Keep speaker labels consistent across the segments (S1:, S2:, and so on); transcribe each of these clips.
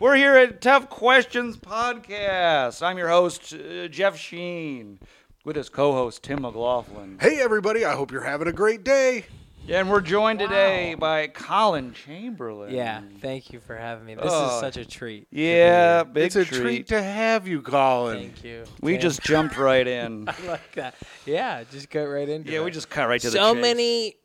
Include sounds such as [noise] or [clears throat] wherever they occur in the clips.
S1: We're here at Tough Questions Podcast. I'm your host, uh, Jeff Sheen, with his co host, Tim McLaughlin.
S2: Hey, everybody, I hope you're having a great day.
S1: And we're joined today by Colin Chamberlain.
S3: Yeah, thank you for having me. This
S1: mm. Oh.
S3: is such a treat. to be
S1: Yeah,
S3: here.
S1: big
S2: it's a treat. to have you, Colin.
S3: Thank you.
S1: We
S3: Thank-
S1: just jumped right
S3: [laughs]
S1: in.
S3: I like that. Yeah, just go right into it.
S1: yeah, we just cut right to the
S3: so
S1: chase.
S3: many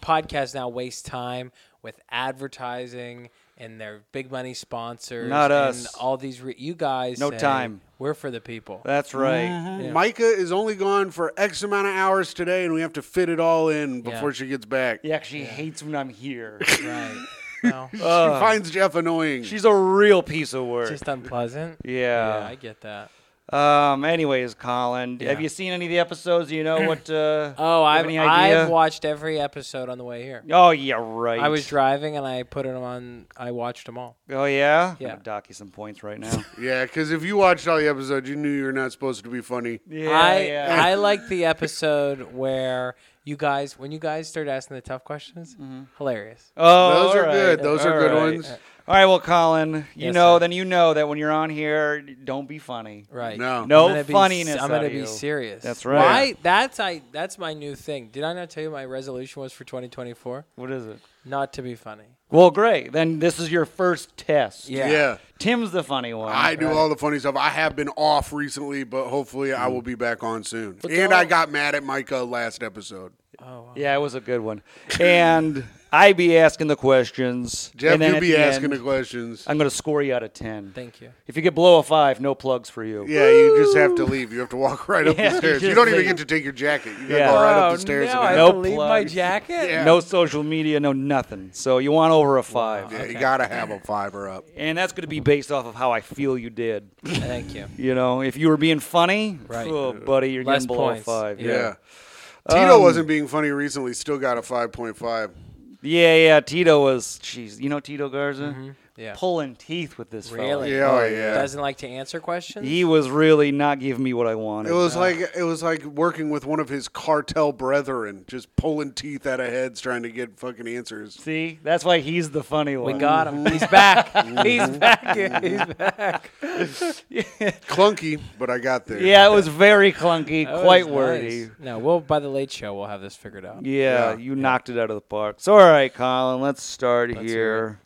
S3: podcasts now waste time with advertising and their big money sponsors.
S1: Not
S3: and
S1: us.
S3: all these re- you guys.
S1: No
S3: say,
S1: time.
S3: We're for the people.
S1: [laughs] That's right.
S3: Yeah.
S2: Micah is only gone for X amount of hours today, and we have to fit it all in before
S3: Yeah.
S2: she gets back.
S1: He actually hates when I'm
S3: [laughs]
S1: here.
S3: right.
S1: [laughs]
S3: No,
S2: she finds Jeff annoying.
S1: She's a real piece of work.
S3: just unpleasant.
S1: Yeah.
S3: Yeah, I get that.
S1: Um. Anyways, Colin,
S3: Yeah.
S1: have you seen any of the episodes? Do you
S3: [clears throat]
S1: know what? Uh,
S3: Oh,
S1: you have
S3: I've
S1: any idea?
S3: I've watched every episode on the way here.
S1: Oh yeah, right.
S3: I was driving and I put it on. I watched them all.
S1: Oh yeah.
S3: Yeah.
S1: I'm gonna dock you some points right
S2: [laughs]
S1: now.
S2: yeah, because if you watched all the episodes, you knew you were not supposed to be funny.
S1: yeah.
S3: I
S1: yeah.
S3: I like the episode where you guys when you guys started asking the tough questions, hilarious.
S1: oh,
S2: Those are
S1: alright,
S2: good. Those are good
S1: alright.
S2: ones.
S1: All right. Well, Colin, you
S3: Yes,
S1: know,
S3: sir.
S1: then you know that when you're on here, don't be funny.
S3: Right.
S2: No.
S1: No
S3: I'm gonna be
S1: funniness
S3: s- I'm gonna
S1: out of
S3: be
S1: you.
S3: serious.
S1: That's right.
S3: Why? That's I. That's my new thing. Did I not tell you my resolution was for 2024?
S1: What is it?
S3: Not to be funny.
S1: Well, great. Then this is your first test.
S3: Yeah.
S2: Yeah.
S1: Tim's the funny one.
S2: I do all the funny stuff. I have been off recently, but hopefully I will be back on soon.
S3: But
S2: and
S3: don't-
S2: I got mad at Micah last episode.
S3: Oh. Wow.
S1: Yeah, it was a good one.
S2: [laughs]
S1: And I be asking the questions.
S2: Jeff,
S1: and then
S2: you
S1: at
S2: be asking
S1: end,
S2: the questions.
S1: I'm gonna score you out of ten.
S3: Thank you.
S1: If you get below a five, no plugs for you.
S2: Yeah, you just have to leave. You have to walk [laughs] right up
S1: Yeah,
S2: the
S1: you
S2: stairs. You
S1: just
S2: don't even
S1: leave.
S2: get to take your jacket. You gotta
S1: Yeah.
S2: go right
S3: oh
S2: up the stairs.
S3: no!
S2: and
S3: I
S2: in.
S1: No
S3: have to leave my
S1: plugs.
S3: jacket.
S2: Yeah.
S1: No social media, no nothing. So you want over a five.
S2: Yeah, you gotta have a
S1: [laughs]
S2: fiber up.
S1: And that's going to be based off of how I feel you did.
S3: [laughs] Thank you.
S1: You know, if you were being funny,
S3: Right.
S1: oh, buddy, you're
S3: Less
S1: getting below
S3: points.
S1: a five.
S3: Yeah.
S2: Yeah.
S1: Um,
S2: Tito wasn't being funny recently. Still got a five point five.
S1: Yeah, yeah. Tito was, jeez, you know Tito Garza?
S3: Mm-hmm. Yeah.
S1: Pulling teeth with this fella.
S3: Really?
S2: Yeah, oh,
S3: Oh,
S2: yeah.
S3: Doesn't like to answer questions.
S1: He was really not giving me what I wanted.
S2: It was like it was like working with one of his cartel brethren, just pulling teeth out of heads, trying to get fucking answers.
S1: See, that's why he's the funny
S3: we
S1: one.
S3: got him. He's back. [laughs] He's back. Yeah, He's back.
S2: Clunky, but I got
S1: [laughs]
S2: there.
S1: Yeah, it was very clunky,
S3: That
S1: quite
S3: was
S1: wordy.
S3: nice. No, well, by the late show, we'll have this figured out.
S1: Yeah,
S2: Yeah.
S1: you knocked it out of the park. So, all right, Colin, let's start
S3: hear
S1: here.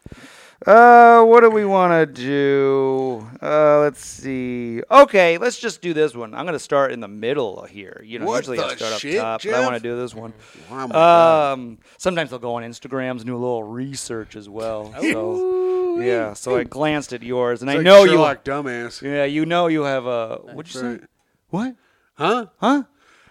S1: Uh, what do we want to do? Uh, let's see. Okay, let's just do this one. I'm gonna start in the middle here. You know,
S2: What
S1: usually I
S2: the
S1: start
S2: shit,
S1: up top, but I want
S2: Jeff?
S1: to do this one.
S2: Oh my God.
S1: Um, sometimes I'll go on Instagrams and do a little research as
S2: [laughs]
S1: well. So, yeah, so I glanced at yours, and
S2: It's
S1: I
S2: like
S1: know
S2: Sherlock dumbass.
S1: you. Yeah, you know you have a. What'd you
S2: right.
S1: say? What?
S2: Huh?
S1: Huh?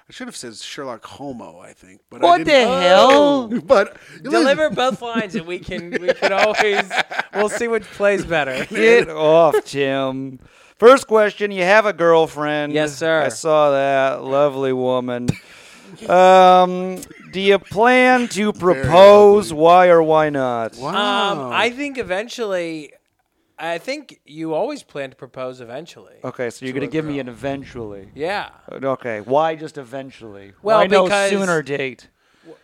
S2: I should have said Sherlock Homo. I think, but I
S1: What the
S2: didn't.
S1: hell?
S2: [laughs] But
S3: Deliver both lines, and we can
S1: [laughs]
S3: we can always we'll see which plays better.
S1: Get off, Tim. First question: You have a girlfriend?
S3: Yes, sir.
S1: I saw that lovely woman. Um, do you plan to propose? Why or why not?
S2: Wow.
S1: Oh.
S3: Um, I think eventually, I think you always plan to propose eventually.
S1: Okay, so you're gonna give me an eventually. Uh,
S3: Yeah.
S1: Okay, why just eventually?
S3: Well,
S1: why no
S3: because-
S1: sooner date?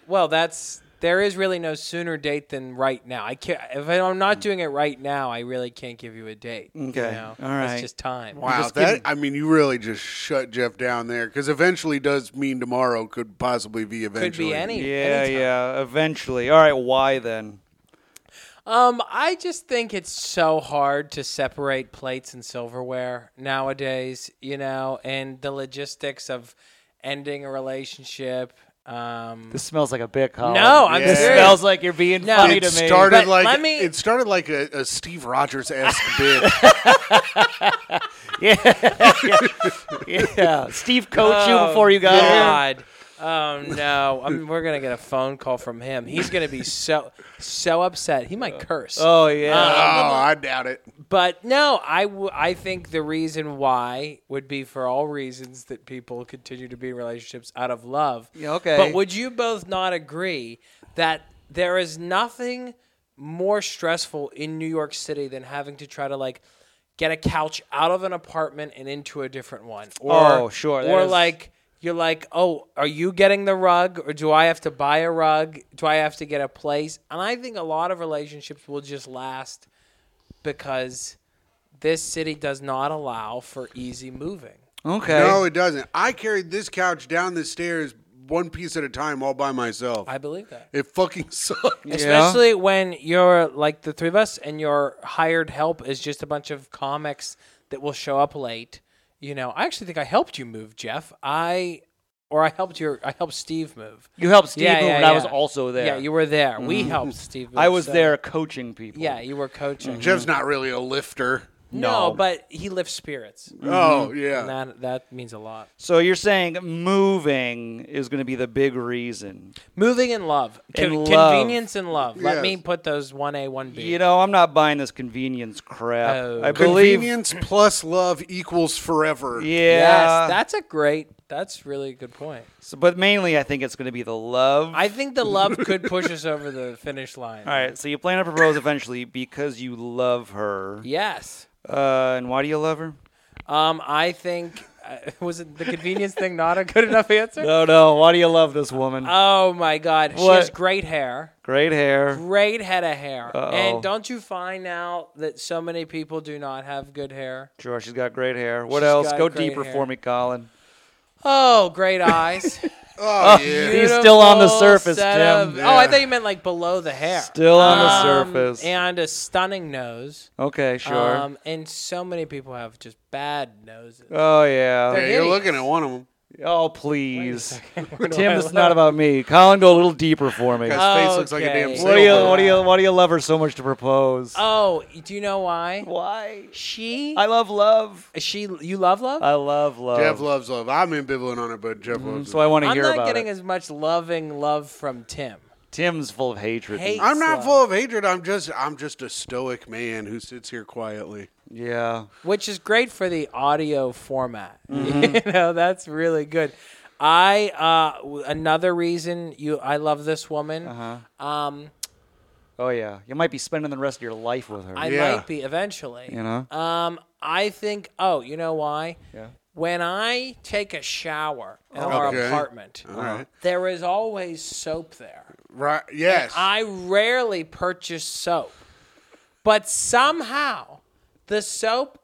S3: Well, that's there is really no sooner date than right now. I can't if I'm not doing it right now, I really can't give you a date. you
S1: Mm. Okay.
S3: know?
S1: All right.
S3: It's just time.
S2: Wow,
S1: just
S2: that
S1: kidding.
S2: I mean, you really just shut Jeff down there because eventually does mean tomorrow could possibly be eventually.
S3: Could be any.
S1: Yeah,
S3: anytime.
S1: yeah. Eventually. All right. Why then?
S3: Um, I just think it's so hard to separate plates and silverware nowadays, you know, and the logistics of ending a relationship. Um,
S1: This smells like a bit. Colin.
S3: No, I'm
S1: This
S2: serious.
S1: smells like you're being
S3: No.
S1: funny
S2: It
S1: to me. [laughs]
S2: started
S3: But
S2: like
S3: let me-
S2: it started like a, a Steve Rogers esque bit.
S1: yeah, Oh, Steve coached you before you got here.
S3: God. Oh no! I mean, we're gonna get a phone call from him. He's gonna be so so upset. He might curse.
S1: Oh yeah.
S2: oh, I doubt it.
S3: But no, I, w- I think the reason why would be for all reasons that people continue to be in relationships out of love.
S1: Yeah, okay.
S3: But would you both not agree that there is nothing more stressful in New York City than having to try to like get a couch out of an apartment and into a different one? Or,
S1: Oh, sure, that
S3: Or
S1: is-
S3: like you're like, oh, are you getting the rug, or do I have to buy a rug? Do I have to get a place? And I think a lot of relationships will just last because this city does not allow for easy moving.
S1: Okay.
S2: No, it doesn't. I carried this couch down the stairs one piece at a time all by myself.
S3: I believe that.
S2: it fucking [laughs] sucked.
S3: Mm-hmm. Especially when you're like the three of us and your hired help is just a bunch of comics that will show up late. You know, I actually think I helped you move, Jeff. I or I helped your I helped Steve move.
S1: you helped Steve
S3: Yeah,
S1: move,
S3: yeah,
S1: and I was
S3: yeah.
S1: also there. Mm-hmm.
S3: Yeah, you were there. We helped Steve move.
S1: I was
S3: so-
S1: there coaching people.
S3: Yeah, you were coaching.
S2: Jeff's not really a lifter.
S3: No,
S1: Mm-hmm. No.
S3: but he lifts spirits.
S2: Oh yeah.
S3: And that that means a lot.
S1: So you're saying moving is going to be the big reason.
S3: Moving in love. Con-
S1: In love.
S3: convenience and love. Let
S2: Yes.
S3: me put those one A, one B.
S1: You know, I'm not buying this convenience crap.
S3: Oh.
S1: I believe.
S2: Convenience [laughs] plus love equals forever.
S1: Yeah.
S3: Yes, that's a great that's really a good point.
S1: So- but mainly, I think it's going to be the love.
S3: I think the
S1: [laughs]
S3: love could push us over the finish line.
S1: All right. So you plan to propose eventually because you love her.
S3: Yes.
S1: Uh, and why do you love her?
S3: Um, I think uh, [laughs] was it the convenience thing not a good enough answer?
S1: No, no. Why do you love this woman?
S3: Oh my God, she
S1: What?
S3: has great hair,
S1: Uh, Great hair.
S3: great head of hair,
S1: Uh-oh.
S3: and don't you find now that so many people do not have good hair?
S1: Sure, she's got great hair. What
S3: She's
S1: else?
S3: got
S1: Go
S3: great
S1: deeper
S3: hair.
S1: for me, Colin.
S3: Oh,
S1: [laughs]
S3: great eyes.
S2: Oh, yeah.
S1: He's still on the
S3: Beautiful
S1: surface,
S3: set
S1: Tim.
S3: of- Oh, I
S2: Yeah.
S3: thought you meant like below the hair.
S1: Still on the
S3: Um,
S1: surface.
S3: and a stunning nose.
S1: Okay, sure.
S3: Um, and so many people have just bad noses.
S1: oh yeah.
S2: Yeah, you're
S3: hideous.
S2: looking at one of them.
S1: Oh please,
S3: [laughs] Where do I
S1: Tim. This is
S3: look?
S1: not about me. Colin, go a little deeper for me.
S2: His face looks like a
S3: Okay.
S2: damn
S1: What do you?
S2: sailboat.
S1: What do you? Why do you love her so much to propose?
S3: Oh, do you know why?
S1: Why?
S3: She,
S1: I love love.
S3: she, you love love.
S1: I love love.
S2: Jeff loves love. I'm ambivalent on it, but Jeff loves
S1: so I want to
S3: I'm
S1: hear
S3: not
S1: about
S3: getting
S1: it.
S3: as much loving love from Tim.
S1: Tim's full of hatred.
S3: Hate.
S2: it. I'm not
S3: Slow.
S2: full of hatred. I'm just I'm just a stoic man who sits here quietly.
S1: Yeah.
S3: which is great for the audio format. [laughs]
S1: Mm-hmm.
S3: You know, that's really good. I uh, w- another reason you I love this woman. Uh-huh. Um,
S1: Oh yeah. You might be spending the rest of your life with her.
S3: I
S2: Yeah.
S3: might be eventually.
S1: you know.
S3: Um, I think. Oh, you know why?
S1: Yeah.
S3: When I take a shower in our
S2: Okay.
S3: apartment,
S1: Uh-huh.
S2: right.
S3: there is always soap there.
S2: Right? Yes.
S3: I rarely purchase soap, but somehow the soap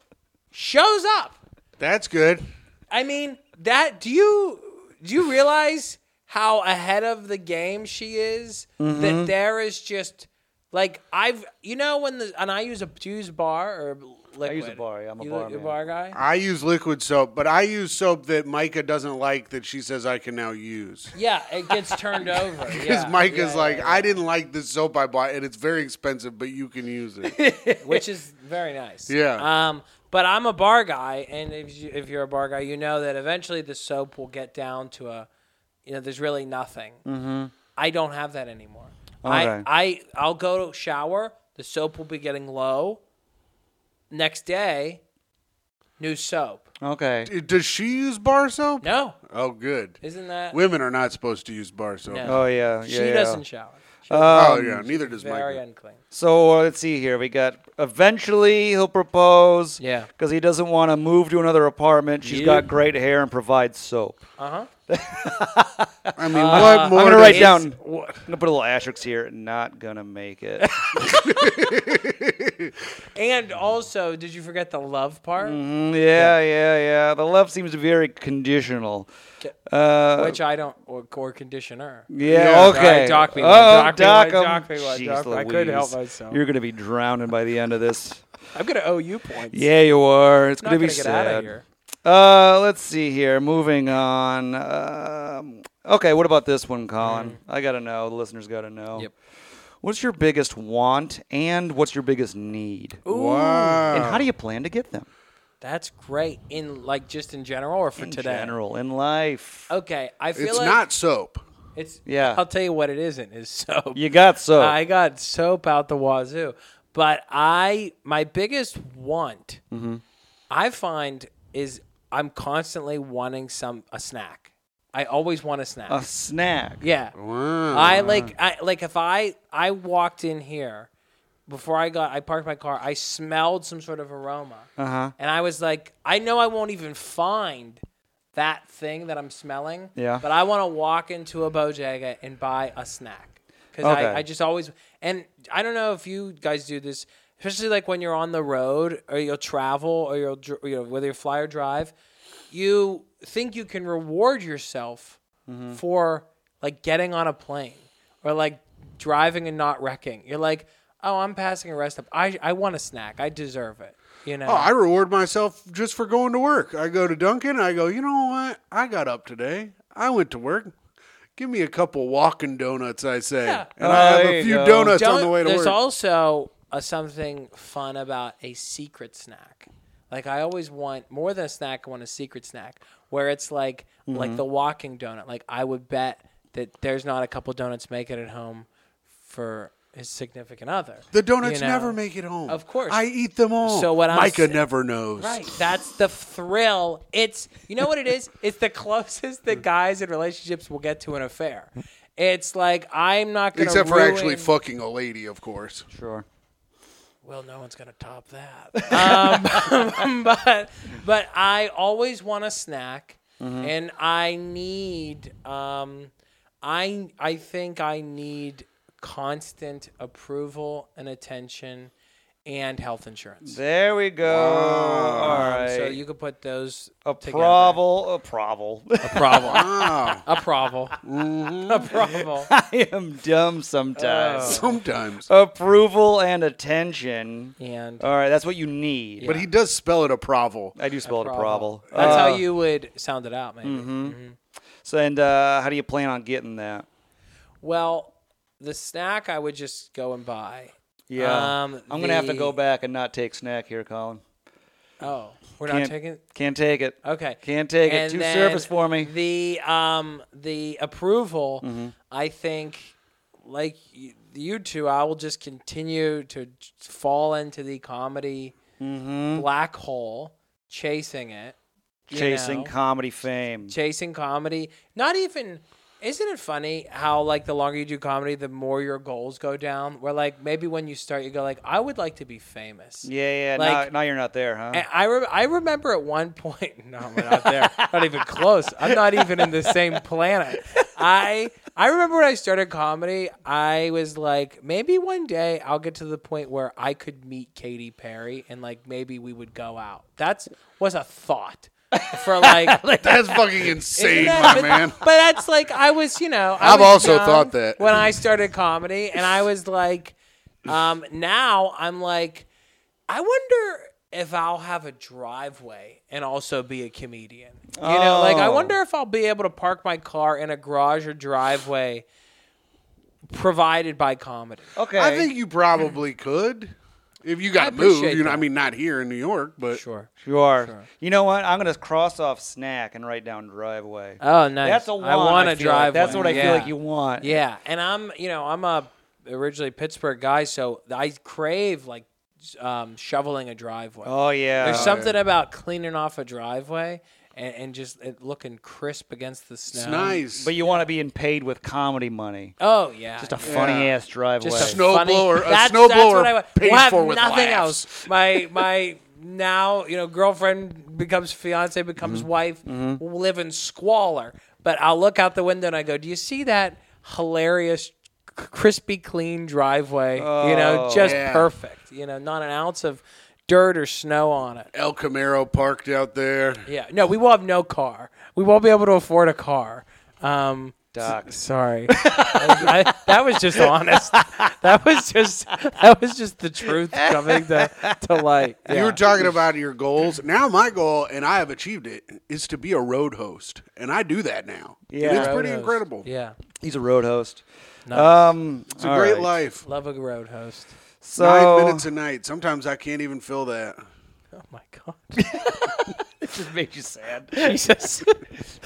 S3: shows up.
S2: That's good.
S3: I mean, that do you do you realize how ahead of the game she is? That
S1: Mm-hmm.
S3: there is just like I've you know when the and I use a do you use bar or liquid?
S1: use a bar, yeah, I'm a
S3: you,
S1: bar
S3: You
S1: man.
S3: bar guy.
S2: I use liquid soap, but I use soap that Micah doesn't like that she says I can now use.
S3: Yeah, it gets
S1: [laughs]
S3: turned
S2: [laughs]
S3: over.
S2: Because
S3: yeah,
S2: Micah's
S3: yeah,
S2: like, I didn't like this soap I bought, and it's very expensive, but you can use it.
S3: [laughs] yeah, which is very
S1: [laughs]
S3: nice.
S2: Yeah.
S3: Um, but I'm a bar guy, and if you, if you're a bar guy, you know that eventually the soap will get down to a, you know, there's really nothing. I don't have that anymore.
S1: Mm-hmm. Okay.
S3: I, I I'll go to shower. The soap will be getting low. Next day, new soap.
S1: okay.
S2: Does she use bar soap?
S3: No,
S2: Oh, good.
S3: isn't that
S2: Women are not supposed to use bar soap.
S3: No.
S1: Oh yeah.
S3: she
S1: yeah, yeah.
S3: doesn't shower? She's
S2: Oh, yeah. Neither does
S3: very
S2: Micah.
S3: unclean.
S1: So uh, let's see here. We got eventually he'll propose.
S3: Yeah.
S1: Because he doesn't want to move to another apartment. She's
S3: You-
S1: got great hair and provides soap.
S3: Uh huh.
S2: I mean,
S3: Uh,
S2: what more?
S1: I'm gonna
S2: does-
S1: write down. I'm gonna put a little asterisk here. Not gonna make [laughs] it.
S3: And also, did you forget the love part?
S1: Mm, yeah, yeah, yeah. The love seems very conditional. Uh,
S3: Which I don't, or, or conditioner.
S1: yeah,
S2: Yeah.
S1: Okay.
S3: Alright, dock me
S1: oh,
S3: one, dock me one,
S1: dock 'em.
S3: dock me one,
S1: Jeez
S3: dock me- I couldn't help
S1: Louise.
S3: myself.
S1: You're gonna be drowning by the end of
S3: [laughs]
S1: this.
S3: I'm gonna owe you points.
S1: yeah, you are. It's
S3: not
S1: gonna be
S3: gonna get
S1: sad.
S3: out of here.
S1: Uh, let's see here. Moving on. Um, okay, what about this one, Colin? I gotta know. The listeners gotta know.
S3: Mm. Yep.
S1: What's your biggest want and what's your biggest need?
S2: Wow.
S1: And how do you plan to get them?
S3: That's great. In like just in general or for
S1: In
S3: today? Oh,
S1: general, in life.
S3: Okay, I feel
S2: It's
S3: like
S2: not soap.
S3: it's
S1: Yeah.
S3: I'll tell you what it isn't is [laughs] soap.
S1: You got so.
S3: I got soap out the wazoo, but I my biggest want
S1: Mm-hmm.
S3: I find is I'm constantly wanting some a snack. I always want a snack.
S1: a snack.
S3: yeah.
S2: Wow.
S1: Oh,
S3: I like I like if I I walked in here before I got I parked my car, I smelled some sort of aroma.
S1: Uh-huh.
S3: And I was like, I know I won't even find that thing that I'm smelling.
S1: Yeah.
S3: But I want to walk into a bodega and buy a snack. Because
S1: Okay.
S3: I, I just always and I don't know if you guys do this. especially like when you're on the road or you'll travel or you'll dr- you know whether you fly or drive, you think you can reward yourself for like getting on a plane or like driving and not wrecking. You're like, oh, I'm passing a rest stop. I I want a snack. I deserve it. You know.
S2: Oh, I reward myself just for going to work. I go to Dunkin', I go, you know what? I got up today. I went to work. Give me a couple walking donuts, I say.
S3: Yeah.
S2: And
S1: Oh,
S2: I have
S1: there
S2: a
S1: you
S2: few
S1: go.
S2: donuts
S3: Don't-
S2: on the way to
S3: there's
S2: work.
S3: also uh something fun about a secret snack. Like I always want more than a snack. I want a secret snack where it's like like
S2: Mm-hmm.
S3: the walking donut. Like I would bet that there's not a couple donuts making it home for his significant other.
S2: the donuts
S3: you know?
S2: never make it home.
S3: Of course.
S2: I eat them all.
S3: So what I'm
S2: Micah
S3: sa-
S2: never knows.
S3: Right. That's the thrill. It's you know what it is? It's the closest
S2: [laughs]
S3: that guys in relationships will get to an affair. It's like I'm not gonna
S2: Except for
S3: ruin-
S2: actually fucking a lady, of
S3: [laughs]
S2: course.
S1: Sure.
S3: Well, no one's gonna top
S1: [laughs]
S3: that. um, but but I always want a snack,
S1: Mm-hmm.
S3: and I need um, I I think I need constant approval and attention, and health insurance.
S1: There we go. All right.
S3: So you could put those
S1: a
S3: together.
S1: provel. A provel.
S3: A problem.
S2: Wow.
S3: a problem.
S1: Mm-hmm.
S3: A problem.
S1: [laughs] [laughs] I am dumb sometimes.
S3: [laughs]
S2: Sometimes.
S3: Oh.
S1: Approval and attention.
S3: And
S1: All right, that's what you need.
S2: But he does spell it a provel.
S1: I do spell it a provel.
S3: That's
S1: Uh, mm-hmm.
S3: how you would sound it out, maybe.
S1: So and uh, how do you plan on getting that?
S3: Well, the snack I would just go and buy.
S1: Yeah,
S3: Um,
S1: I'm gonna have to go
S3: the-
S1: back and not take snack here, Colin.
S3: Oh, we're not
S1: Can't
S3: taking.
S1: can't take it.
S3: Okay,
S1: Can't take it.
S3: And
S1: Too
S3: then
S1: surface for me. Mm-hmm.
S3: The um the approval, I think, like you, you two, I will just continue to j- fall into the comedy
S1: Mm-hmm.
S3: black hole, chasing it, you
S1: Chasing
S3: know?
S1: comedy fame.
S3: chasing comedy. Not even. Isn't it funny how like the longer you do comedy, the more your goals go down? Where like maybe when you start, you go like, I would like to be famous.
S1: yeah, yeah.
S3: Like-
S1: now, now you're not there, huh?
S3: And I, re- I remember at one point, [laughs] no, I'm not there. not even close. I'm not even in the same planet. I I remember when I started comedy, I was like, maybe one day I'll get to the point where I could meet Katy Perry and like maybe we would go out. That's was a thought for [laughs] like.
S2: That's fucking insane,
S3: Isn't that- [laughs]
S2: my
S3: but,
S2: man.
S3: But that's like I was, you know. I
S2: I've
S3: was
S2: also
S3: young
S2: thought that.
S3: when I started comedy, and I was like, um, now I'm like, I wonder if I'll have a driveway and also be a comedian. You know, like I
S1: Oh.
S3: wonder if I'll be able to park my car in a garage or driveway provided by comedy.
S1: okay.
S2: I think you probably could. If you got
S3: I
S2: moved,
S3: appreciate
S2: you know, I
S3: that.
S2: mean, not here in New York, but
S3: Sure.
S1: you are. You know what? I'm gonna cross off snack and write down driveway.
S3: Oh, nice.
S1: That's a
S3: I
S1: want,
S3: want
S1: I
S3: a
S1: feel like.
S3: driveway.
S1: That's what I feel
S3: Yeah.
S1: like you want.
S3: Yeah, and I'm you know I'm a originally Pittsburgh guy, so I crave like um, shoveling a driveway.
S1: Oh yeah.
S3: There's something about cleaning off a driveway and, and just it looking crisp against the snow.
S2: it's nice.
S1: But you want to be in paid with comedy money.
S3: Oh yeah,
S1: Just a funny ass driveway.
S3: just a
S2: Snow
S3: funny-
S2: blower- a
S3: That's,
S2: snow
S3: that's
S2: blower
S3: what I want.
S2: paid
S3: we'll have
S2: for with
S3: nothing
S2: laughs.
S3: else. My my now you know girlfriend becomes fiance becomes wife. We'll live in squalor, but I'll look out the window and I go, "Do you see that hilarious, c- crispy clean driveway? you know,
S1: Oh,
S3: just
S2: yeah.
S3: perfect. You know, not an ounce of dirt or snow on it."
S2: El Camaro parked out there.
S3: Yeah. No, we will have no car. We won't be able to afford a car. Um,
S1: Doc.
S3: sorry,
S2: [laughs]
S3: I- that was just honest. That was just that was just the truth coming to, to light.
S2: You
S3: Yeah.
S2: were talking about your goals. Now my goal, and I have achieved it, is to be a road host, and I do that now.
S1: Yeah.
S2: And it's
S1: Road
S2: pretty
S3: Road
S2: incredible.
S3: host. Yeah,
S1: He's a road host.
S3: Nice.
S1: Um,
S2: It's a great life.
S3: love a road host.
S1: So,
S2: Nine
S1: [laughs]
S2: minutes a night. Sometimes I can't even fill that.
S3: Oh my god,
S1: It just makes you sad.
S2: [laughs]
S3: [laughs] Jesus!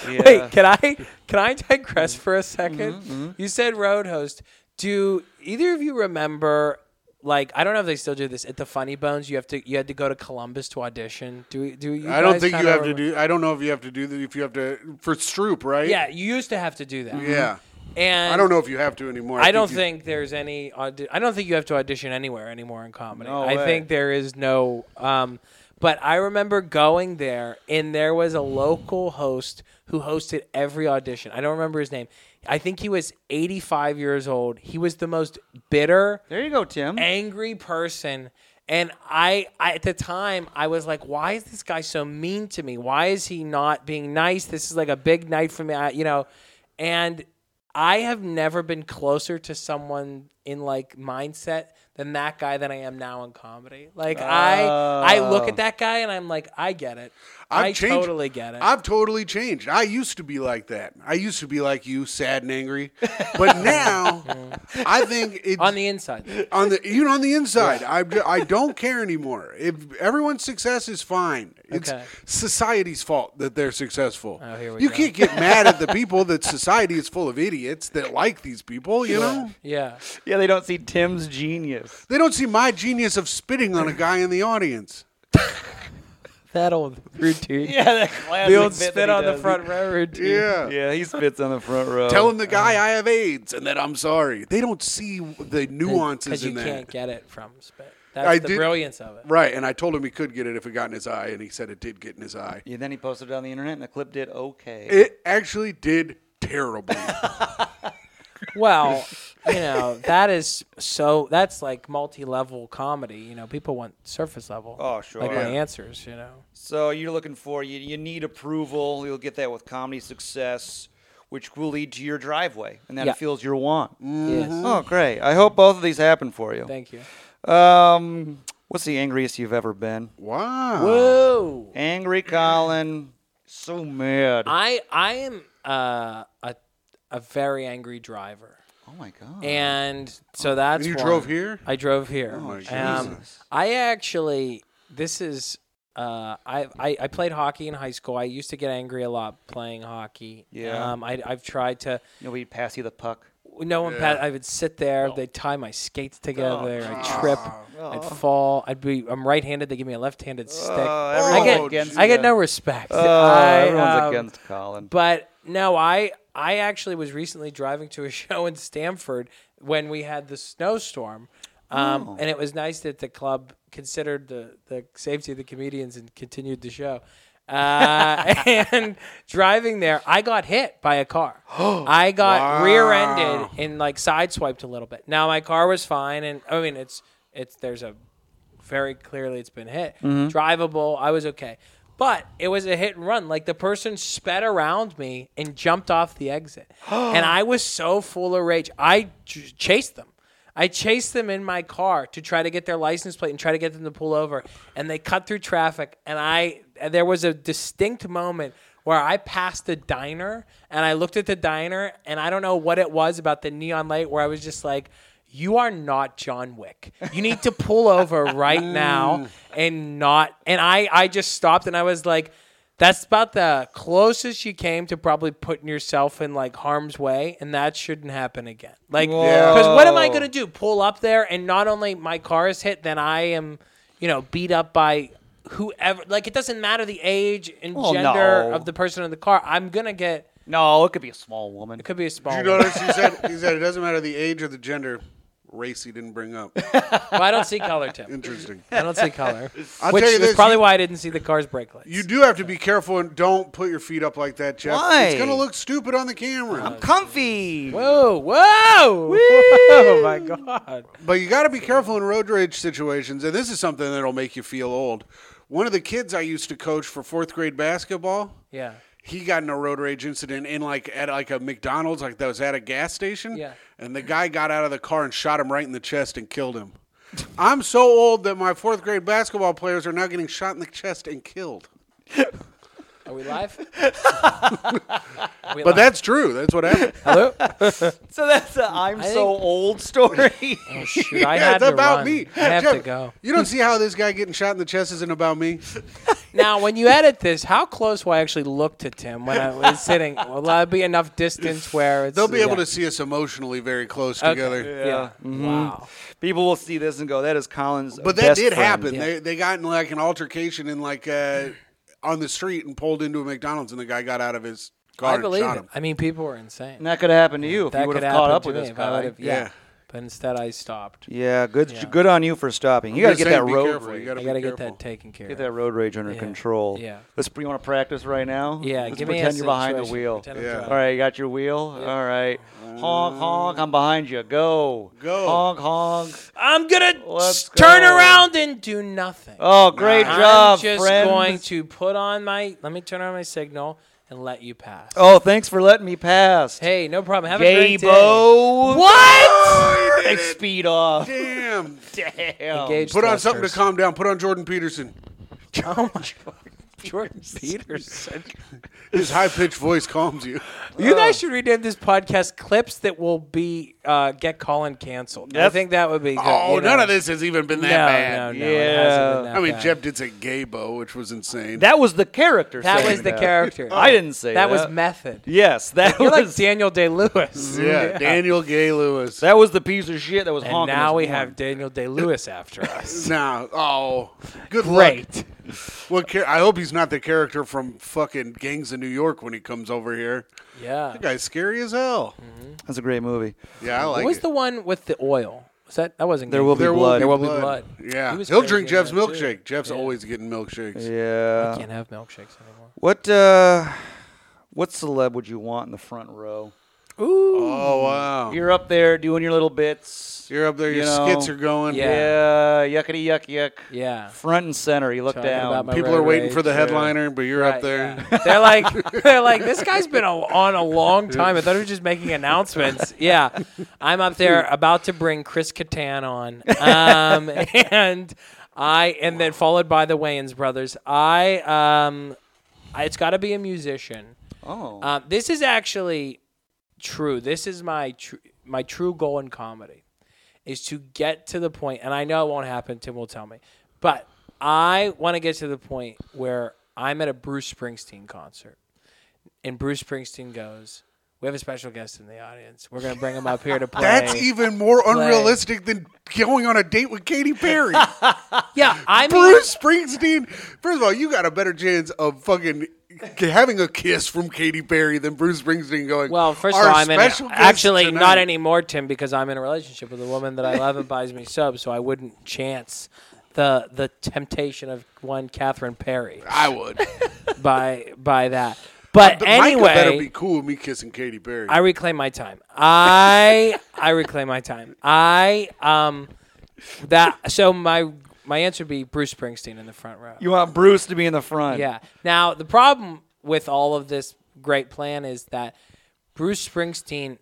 S1: Yeah.
S3: Wait, can I can I digress for a 2nd
S2: Mm-hmm,
S3: You said road host. Do either of you remember? Like I don't know if they still do this at the Funny Bones. You have to you had to go to Columbus to audition. Do we- do you?
S2: I don't
S3: guys
S2: think you
S3: kinda
S2: have to
S3: remember-
S2: do. I don't know if you have to do that. If you have to for Stroop, right?
S3: Yeah, you used to have to do that.
S2: Yeah.
S3: and
S2: I don't know if you have to anymore.
S3: I don't
S2: you-
S3: think there's any. Audi- I don't think you have to audition anywhere anymore in comedy.
S1: No
S3: I
S1: way.
S3: think there is no. Um, but I remember going there, and there was a local host who hosted every audition. I don't remember his name. I think he was 85 years old. He was the most bitter
S1: There you go, Tim.
S3: angry person And I, I at the time I was like, why is this guy so mean to me? Why is he not being nice? This is like a big night for me, I, you know. And I have never been closer to someone in like mindset than that guy than I am now in comedy. Like I I look at that guy and I'm like, I get it. i
S2: I've changed.
S3: totally get it.
S2: I've totally changed. I used to be like that. I used to be like you, sad and
S3: [laughs]
S2: angry. But now, I think it
S3: on the inside.
S2: on the even on the inside, I I don't care anymore. If everyone's success is fine, it's
S3: Okay.
S2: society's fault that they're successful.
S3: Oh, here we
S2: you
S3: go.
S2: can't get mad at the people
S3: [laughs]
S2: that society is full of idiots that like these people. You know,
S3: Yeah.
S1: Yeah, they don't see Tim's genius.
S2: they don't see my genius of spitting on a guy in the audience.
S3: [laughs] That old routine.
S1: Yeah, that classic
S3: The old
S1: bit that
S3: spit
S1: he
S3: on the
S1: does.
S3: front row routine.
S2: Yeah.
S1: Yeah, he spits on the front row.
S2: Telling the guy I have AIDS and that I'm sorry. They don't see the nuances
S3: Because you
S2: in that.
S3: can't get it from spit. That's
S2: I
S3: the
S2: did-
S3: brilliance of it.
S2: Right, and I told him he could get it if it got in his eye, and he said it did get in his eye.
S1: Yeah, then he posted it on the internet, and the clip did okay.
S2: It actually did
S3: [laughs]
S2: terribly. [laughs]
S3: Well, you know, that is so, that's like multi level comedy. You know, people want surface level.
S1: Oh, sure.
S3: Like my
S2: Yeah.
S3: answers, you know.
S1: so you're looking for you, you need approval. You'll get that with comedy success, which will lead to your driveway, and that
S3: Yeah.
S1: fills your want.
S3: Yes.
S1: Oh, great! I hope both of these happen for you.
S3: Thank you.
S1: Um, what's the angriest you've ever been?
S2: wow.
S3: Whoa.
S1: Angry Colin, so mad.
S3: I, I am uh, a, a very angry driver.
S1: oh my god!
S3: And so
S2: And
S3: that's
S2: you
S3: one.
S2: drove here?
S3: I drove here.
S1: Oh,
S2: my
S3: Um, I actually, this is, uh, I, I I played hockey in high school. I used to get angry a lot playing hockey.
S1: Yeah.
S3: Um, I I've tried to.
S1: Nobody pass you the puck.
S3: No one. Pat, I would sit there. They'd tie my skates together.
S1: Oh,
S3: I'd trip. I'd fall. I'd be. I'm right-handed. They give me a left-handed stick.
S1: Oh,
S3: I
S1: everyone's
S3: get.
S1: against
S3: I get
S1: you.
S3: no respect.
S1: Oh,
S3: I,
S1: everyone's
S3: um,
S1: against Colin.
S3: but no, I I actually was recently driving to a [laughs] show in Stamford when we had the snowstorm, um, and it was nice that the club considered the the safety of the comedians and continued the show. Uh, and driving there, I got hit by a car. I got rear-ended and like sideswiped a little bit. Now my car was fine, and I mean it's it's there's a very clearly it's been hit. Drivable, I was okay. But it was a hit and run. Like the person sped around me and jumped off the exit. and I was so full of rage. I ch- chased them. I chased them in my car to try to get their license plate and try to get them to pull over. And they cut through traffic. And I, and there was a distinct moment where I passed a diner and I looked at the diner and I don't know what it was about the neon light where I was just like, you are not John Wick. You need to pull over
S1: [laughs]
S3: right
S1: Mm.
S3: now and not. And I, I just stopped and I was like, that's about the closest you came to probably putting yourself in like harm's way, and that shouldn't happen again. Like, because what am I
S1: Whoa.
S3: gonna do? Pull up there, and not only my car is hit, then I am, you know, beat up by whoever. Like, it doesn't matter the age and
S1: Well,
S3: gender
S1: Oh, no.
S3: of the person in the car. I'm gonna get.
S1: no, it could be a small woman.
S3: It could be a small.
S2: Did you
S3: one.
S2: notice he said he said it doesn't matter the age or the gender. Race he didn't bring up.
S3: Well, I
S1: [laughs]
S3: don't see color, Tim.
S2: Interesting.
S3: I don't see color.
S2: [laughs] I'll
S3: Which
S2: tell you
S3: is
S2: this.
S3: probably
S2: you,
S3: why I didn't see the car's brake lights.
S2: you do have to be careful and don't put your feet up like that, Jeff.
S1: Why? Uh,
S2: It's gonna look stupid on the camera.
S1: Comfy.
S3: [laughs] Whoa, whoa! [laughs] Oh my god.
S2: But you got to be careful in road rage situations, and this is something that'll make you feel old. One of the kids I used to coach for fourth grade basketball,
S3: Yeah.
S2: he got in a road rage incident in like at like a McDonald's, like that was at a gas station.
S3: Yeah.
S2: And the guy got out of the car and shot him right in the chest and killed him. [laughs] I'm so old that my fourth grade basketball players are now getting shot in the chest and killed.
S3: Are
S2: [laughs]
S3: we live?
S2: But that's true. That's what happened. [laughs]
S3: Hello?
S1: So that's the I'm
S3: think-
S1: so old
S3: [laughs]
S1: story.
S3: Shoot, [laughs]
S2: Yeah,
S3: I had
S2: it's
S3: to
S2: about
S3: run.
S2: me.
S3: I have
S2: Jeff,
S3: to go.
S2: You don't see how this guy getting shot in the chest isn't about me.
S3: Now, when you edit this, how close will I actually look to Tim when I was
S2: [laughs]
S3: sitting? Will that be enough distance where it's,
S2: They'll be able
S3: [laughs] yeah.
S2: to see us emotionally very close together.
S3: Yeah. Mm-hmm. Wow.
S1: People will see this and go, "That is Colin's."
S2: But that
S1: best
S2: did
S1: friend."
S2: happen. They they got in like an altercation in like uh, on the street and pulled into a McDonald's and the guy got out of his car
S3: I
S2: and
S3: believe
S2: shot
S3: it.
S2: him.
S3: I mean, people were insane.
S1: And that could have happened to you if
S3: that
S1: you would
S3: could
S1: have caught
S3: happen
S1: up
S3: to
S1: with
S3: me
S1: this
S3: if I
S1: guy.
S3: would've- yeah.
S2: Yeah.
S3: but instead I stopped.
S1: Yeah, good
S3: Yeah.
S1: good on you for stopping. You got to
S2: just
S1: get
S2: saying,
S1: that
S2: be
S1: road
S2: careful. You
S1: rage.
S2: gotta
S3: I
S2: be
S3: gotta get
S2: careful.
S3: that taken care
S1: Get
S3: of.
S1: that road rage under
S3: Yeah.
S1: control.
S3: Yeah.
S1: Let's. You want to practice right now?
S3: Yeah,
S1: Let's
S3: give me a
S1: pretend you're behind the
S3: situation.
S1: wheel.
S3: Pretend I'm
S2: Yeah.
S1: All
S3: driving.
S1: right, you got your wheel. All right, honk honk. I'm behind you. Go.
S2: Uh, Go.
S1: Honk honk.
S3: I'm gonna
S1: Let's
S3: s- turn
S1: go.
S3: around and do nothing.
S1: Oh, great
S2: Nah.
S1: job,
S3: I'm just
S1: friends.
S3: going to put on my. Let me turn on my signal and let you pass.
S1: Oh, thanks for letting me pass.
S3: Hey, no problem. Have a great day. Oh
S1: Gabo. [laughs]
S3: What?
S1: Big speed off.
S2: Damn.
S1: Damn.
S3: Engage
S2: Put on something to
S3: thrusters.
S2: calm down. Put on Jordan Peterson.
S3: Oh my God.
S1: [laughs]
S3: Jordan [laughs] Peterson.
S2: His high pitched voice calms
S3: [laughs]
S2: you.
S3: You
S1: Oh.
S3: guys should rename this podcast "Clips That Will Be uh, Get Colin Canceled." I
S1: That's-
S3: think that would be good.
S2: Oh,
S3: you know?
S2: none of this has even been
S3: No,
S2: that bad.
S3: no, no. It hasn't been
S1: Yeah.
S3: that
S2: I mean,
S3: bad.
S2: Jeff did say gaybo, which was insane.
S1: That was the character.
S3: That
S1: saying
S3: was the character.
S1: I didn't say that.
S3: that was method.
S1: Yes, that
S3: [laughs] You're like
S1: was
S3: Daniel Day [laughs] Lewis.
S2: yeah, Daniel Gay Lewis.
S1: that was the piece of shit that was
S3: And
S1: honking.
S3: now
S1: his
S3: we
S1: horn.
S3: have Daniel Day Lewis
S1: [laughs]
S3: after us.
S2: nah, oh, good luck.
S3: Great.
S2: What char- I hope he's not the character from fucking Gangs of New York when he comes over here.
S3: Yeah.
S2: That guy's scary as hell.
S1: That's a great movie.
S2: Yeah, I like
S3: What was
S2: it.
S3: the one with the oil? Was that that wasn't
S1: There
S3: good.
S1: will be
S2: There
S1: blood.
S2: Will
S3: There Will Be Blood.
S2: Yeah,
S3: He was
S2: he'll
S3: crazy
S2: drink
S3: in
S2: Jeff's
S3: that, too.
S2: milkshake. Jeff's
S3: Yeah.
S2: always getting milkshakes.
S1: Yeah.
S3: Can't have milkshakes anymore.
S1: What uh, what celeb would you want in the front row?
S3: Ooh.
S2: Oh wow, you're,
S1: You're up there doing your little bits.
S2: up there. Your
S1: you know,
S2: skits are going.
S3: Yeah.
S1: yeah, yuckity yuck yuck.
S3: Yeah.
S1: Front and center. You look
S3: Talking
S1: down.
S3: about my
S2: People are waiting
S3: Rage,
S2: for the
S3: yeah.
S2: headliner, but you're up
S3: Right,
S2: there.
S3: yeah. They're [laughs] like, they're like, this guy's been a, on a long time. I thought he was just making announcements. Yeah, I'm up there about to bring Chris Kattan on,
S1: [laughs]
S3: um, and I, and then followed by the Wayans brothers. I, um, I, it's got to be a musician.
S1: oh.
S3: Um, this is actually true. This is my tr- my true goal in comedy is to get to the point, and I know it won't happen. Tim will tell me, but I want to get to the point where I'm at a Bruce Springsteen concert, and Bruce Springsteen goes, "We have a special guest in the audience. We're going to bring him up here to
S2: [laughs]
S3: play."
S2: [laughs] That's e- even more unrealistic than going on a date with Katy
S3: [laughs]
S2: Perry.
S3: yeah, I mean,
S2: Bruce Springsteen. First of all, you got a better chance of fucking having a kiss from Katy Perry than Bruce Springsteen going.
S3: Well, first
S2: "Our
S3: of all, I'm in a,
S2: special guest
S3: actually not
S2: tonight."
S3: anymore, Tim, because I'm in a relationship with a woman that I love and buys me subs, so I wouldn't chance the the temptation of one Catherine Perry
S2: I
S3: [laughs]
S2: would.
S3: by by that. But
S2: Uh, But Micah better
S3: anyway,
S2: be cool with me kissing Katy Perry.
S3: I reclaim my time. I I reclaim my time. I um that so my my answer would be Bruce Springsteen in the front row.
S1: you want Bruce to be in the front.
S3: Yeah. Now the problem with all of this great plan is that Bruce Springsteen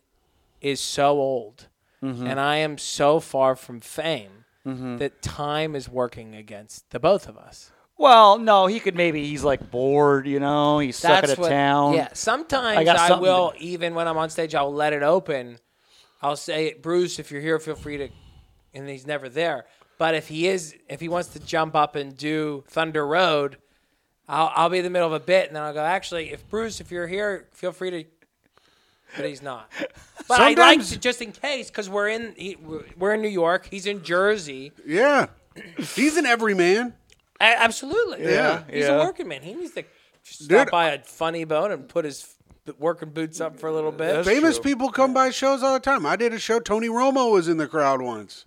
S3: is so old, and I am so far from fame that time is working against the both of us.
S1: Well, no, he could maybe he's like bored, you know, he's stuck out of town.
S3: Yeah. Sometimes
S1: I got
S3: I,
S1: something to
S3: will, even when I'm on stage, I'll let it open. I'll say, Bruce, if you're here, feel free to. And he's never there. But if he is, if he wants to jump up and do Thunder Road, I'll, I'll be in the middle of a bit, and then I'll go. Actually, if Bruce, if you're here, feel free to. But he's not. But I like
S2: Sometimes-
S3: to just in case because we're in he, we're in New York. He's in Jersey.
S2: yeah, he's an everyman.
S3: A- absolutely.
S2: Yeah,
S3: He's
S1: yeah.
S3: a working man. He needs to stop
S2: Dude,
S3: by a funny bone and put his f- working boots up for a little bit.
S2: Famous people come by shows all the time. I did a show. Tony Romo was in the crowd once.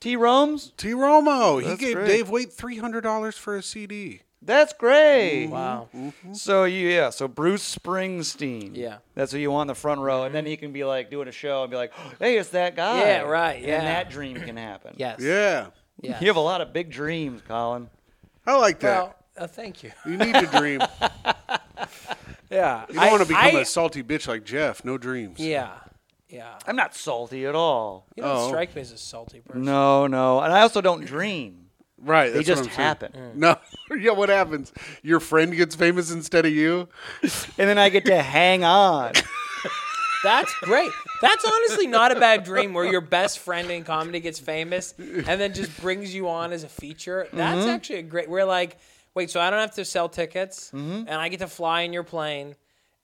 S1: T Rome's?
S2: T. Romo. he gave
S1: great.
S2: Dave Waite three hundred dollars for a CD.
S1: That's great.
S3: Wow.
S1: So you yeah, so Bruce Springsteen.
S3: Yeah.
S1: That's who you want in the front row. And then he can be like doing a show and be like, [gasps] Hey, it's that guy.
S3: Yeah, right, yeah.
S1: And that dream can happen. [laughs]
S3: Yes.
S2: Yeah,
S3: yes.
S1: You have a lot of big dreams, Colin.
S2: I like
S3: Well,
S2: that.
S3: uh, thank you.
S2: you need to dream. You
S3: Yeah. You
S2: don't want to become
S3: a
S2: a salty bitch like Jeff. No dreams.
S3: Yeah. Yeah.
S1: I'm not salty at all.
S3: You don't
S2: Oh.
S3: strike me as a salty person.
S1: No, no. And I also don't dream.
S2: Right.
S1: They
S2: that's
S1: just
S2: what I'm saying.
S1: happen.
S2: [laughs] No. yeah, what happens? Your friend gets famous instead of you?
S1: And then I get to [laughs] hang on.
S3: That's great. That's honestly not a bad dream where your best friend in comedy gets famous and then just brings you on as a feature. That's
S2: Mm-hmm.
S3: actually a great. We're like, wait, so I don't have to sell tickets
S2: Mm-hmm.
S3: and I get to fly in your plane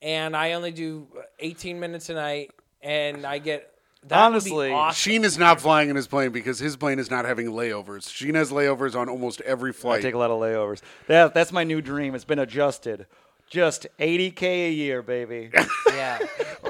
S3: and I only do 18 minutes a night and I get. That would
S1: Honestly,
S2: [laughs]
S3: be awesome.
S2: Sheen is not flying in his plane because his plane is not having layovers. Sheen has layovers on almost every
S1: I
S2: flight.
S1: take a lot of layovers. That, that's my new dream. It's been adjusted. Just 80K a year,
S2: [laughs]
S1: baby.
S3: Yeah.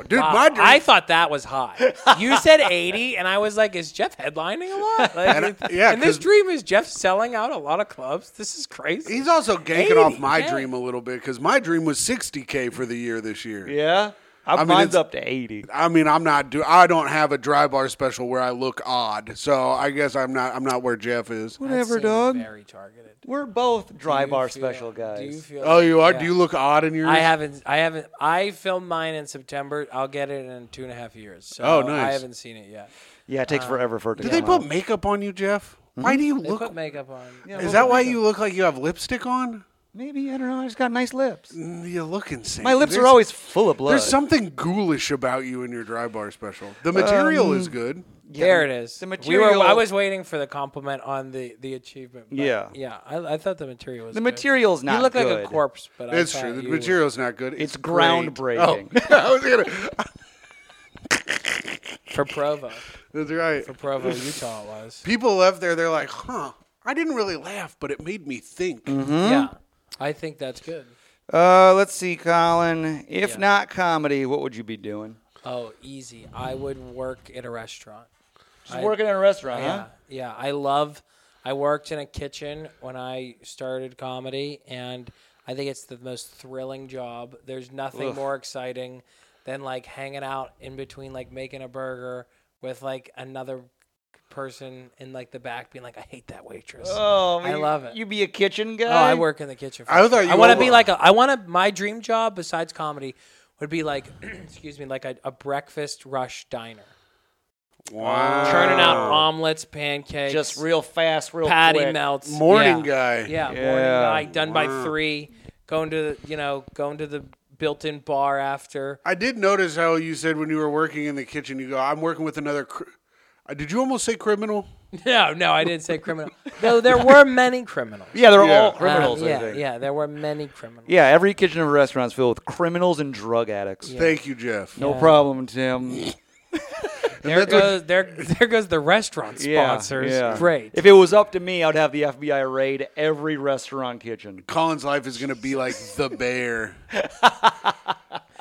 S2: Dude,
S3: Wow,
S2: my dream.
S3: I thought that was high. You said 80, and I was like, is Jeff headlining a lot? Like,
S2: [laughs] And I- yeah,
S3: and this
S2: 'cause-
S3: dream is Jeff selling out a lot of clubs. This is crazy.
S2: He's also ganking off
S3: 80K.
S2: my dream a little bit because my dream was 60k for the year this year.
S1: yeah? I,
S2: mean,
S1: mine's
S2: it's-
S1: up to 80.
S2: I mean, I'm not do. I don't have a dry bar special where I look odd, so I guess I'm not. I'm not where Jeff is.
S1: Whatever,
S3: Seems
S1: dog.
S3: Very targeted.
S1: We're both dry
S3: Do you
S1: bar
S3: feel-
S1: special guys.
S3: Do you feel
S2: Oh, you are.
S3: yeah.
S2: Do you look odd in yours?
S3: I haven't. I haven't. I filmed mine in September. I'll get it in two and a half years. So
S2: Oh, nice.
S3: I haven't seen it yet.
S1: yeah, it
S3: Uh,
S1: takes forever for it to
S2: Did
S1: come
S2: they put
S1: out.
S2: makeup on you, Jeff? Why do you
S3: Hmm? They
S2: look?
S3: put makeup on.
S1: Yeah,
S2: is
S1: what
S2: that
S1: would
S2: why
S1: they
S2: you look like you have lipstick on?
S1: Maybe, I don't know. I just got nice lips.
S2: Mm, You look insane.
S1: My lips are
S2: There's-
S1: always full of blood.
S2: There's something ghoulish about you in your dry bar special. The material is
S3: Um,
S2: good.
S3: There it is.
S1: The
S3: We
S1: material-
S3: were, I was waiting for the compliment on the the achievement. but
S1: Yeah.
S3: Yeah. I, I thought the material was
S1: The
S3: good.
S1: material's not
S3: You look like
S1: good.
S3: a corpse, but I
S2: It's
S3: thought
S2: true. The
S3: you-
S2: material's not good.
S1: It's
S2: great.
S1: groundbreaking.
S2: Oh, I was gonna-
S3: for Provo,
S2: That's right.
S3: for Provo, Utah it was.
S2: People left there. They're like, huh. I didn't really laugh, but it made me think.
S3: Yeah. I think that's good.
S1: [laughs] Uh, let's see, Colin. If
S3: Yeah.
S1: not comedy, what would you be doing?
S3: Oh, easy. I would work at a restaurant.
S1: Just
S3: I-
S1: working in a restaurant,
S3: Yeah, yeah. I love. I worked in a kitchen when I started comedy, and I think it's the most thrilling job. There's nothing more exciting than like hanging out in between, like making a burger with like another person in like the back, being like, "I hate that waitress."
S1: Oh,
S3: I
S1: you-
S3: love it.
S1: You be a kitchen guy?
S3: oh, I work in the kitchen. For
S2: I thought
S3: sure.
S2: you
S3: I want to
S2: were-
S3: be like a. I want to. My dream job besides comedy would be like, [clears throat] excuse me, like a, a breakfast rush diner,
S2: Wow.
S3: churning out
S1: Oh.
S3: omelets, pancakes,
S1: Just real fast, real
S3: patty
S1: quick.
S3: melts.
S2: Morning
S3: yeah.
S2: guy.
S3: Yeah, morning
S1: Yeah.
S3: guy. Done by three. Going to the, you know going to the built-in bar after. [laughs]
S2: I did notice how you said when you were working in the kitchen, you go, I'm working with another. Cr- uh, did you almost say criminal?
S3: No, no, I didn't say criminal.
S1: [laughs]
S3: Though there were many criminals.
S1: Yeah, they're
S2: Yeah.
S1: all
S2: Um,
S1: criminals.
S3: Um,
S1: I
S3: yeah,
S1: think.
S3: yeah, there were many criminals.
S1: Yeah, every kitchen of a restaurant is filled with criminals and drug addicts.
S2: Thank you, Jeff.
S1: No problem,
S3: [laughs]
S1: Tim.
S3: There goes there [laughs] there goes the restaurant
S1: Yeah,
S3: sponsors.
S1: yeah.
S3: Great.
S1: If it was up to me, I'd have the FBI raid every restaurant kitchen.
S2: Colin's life is going to be like the
S3: [laughs]
S2: bear.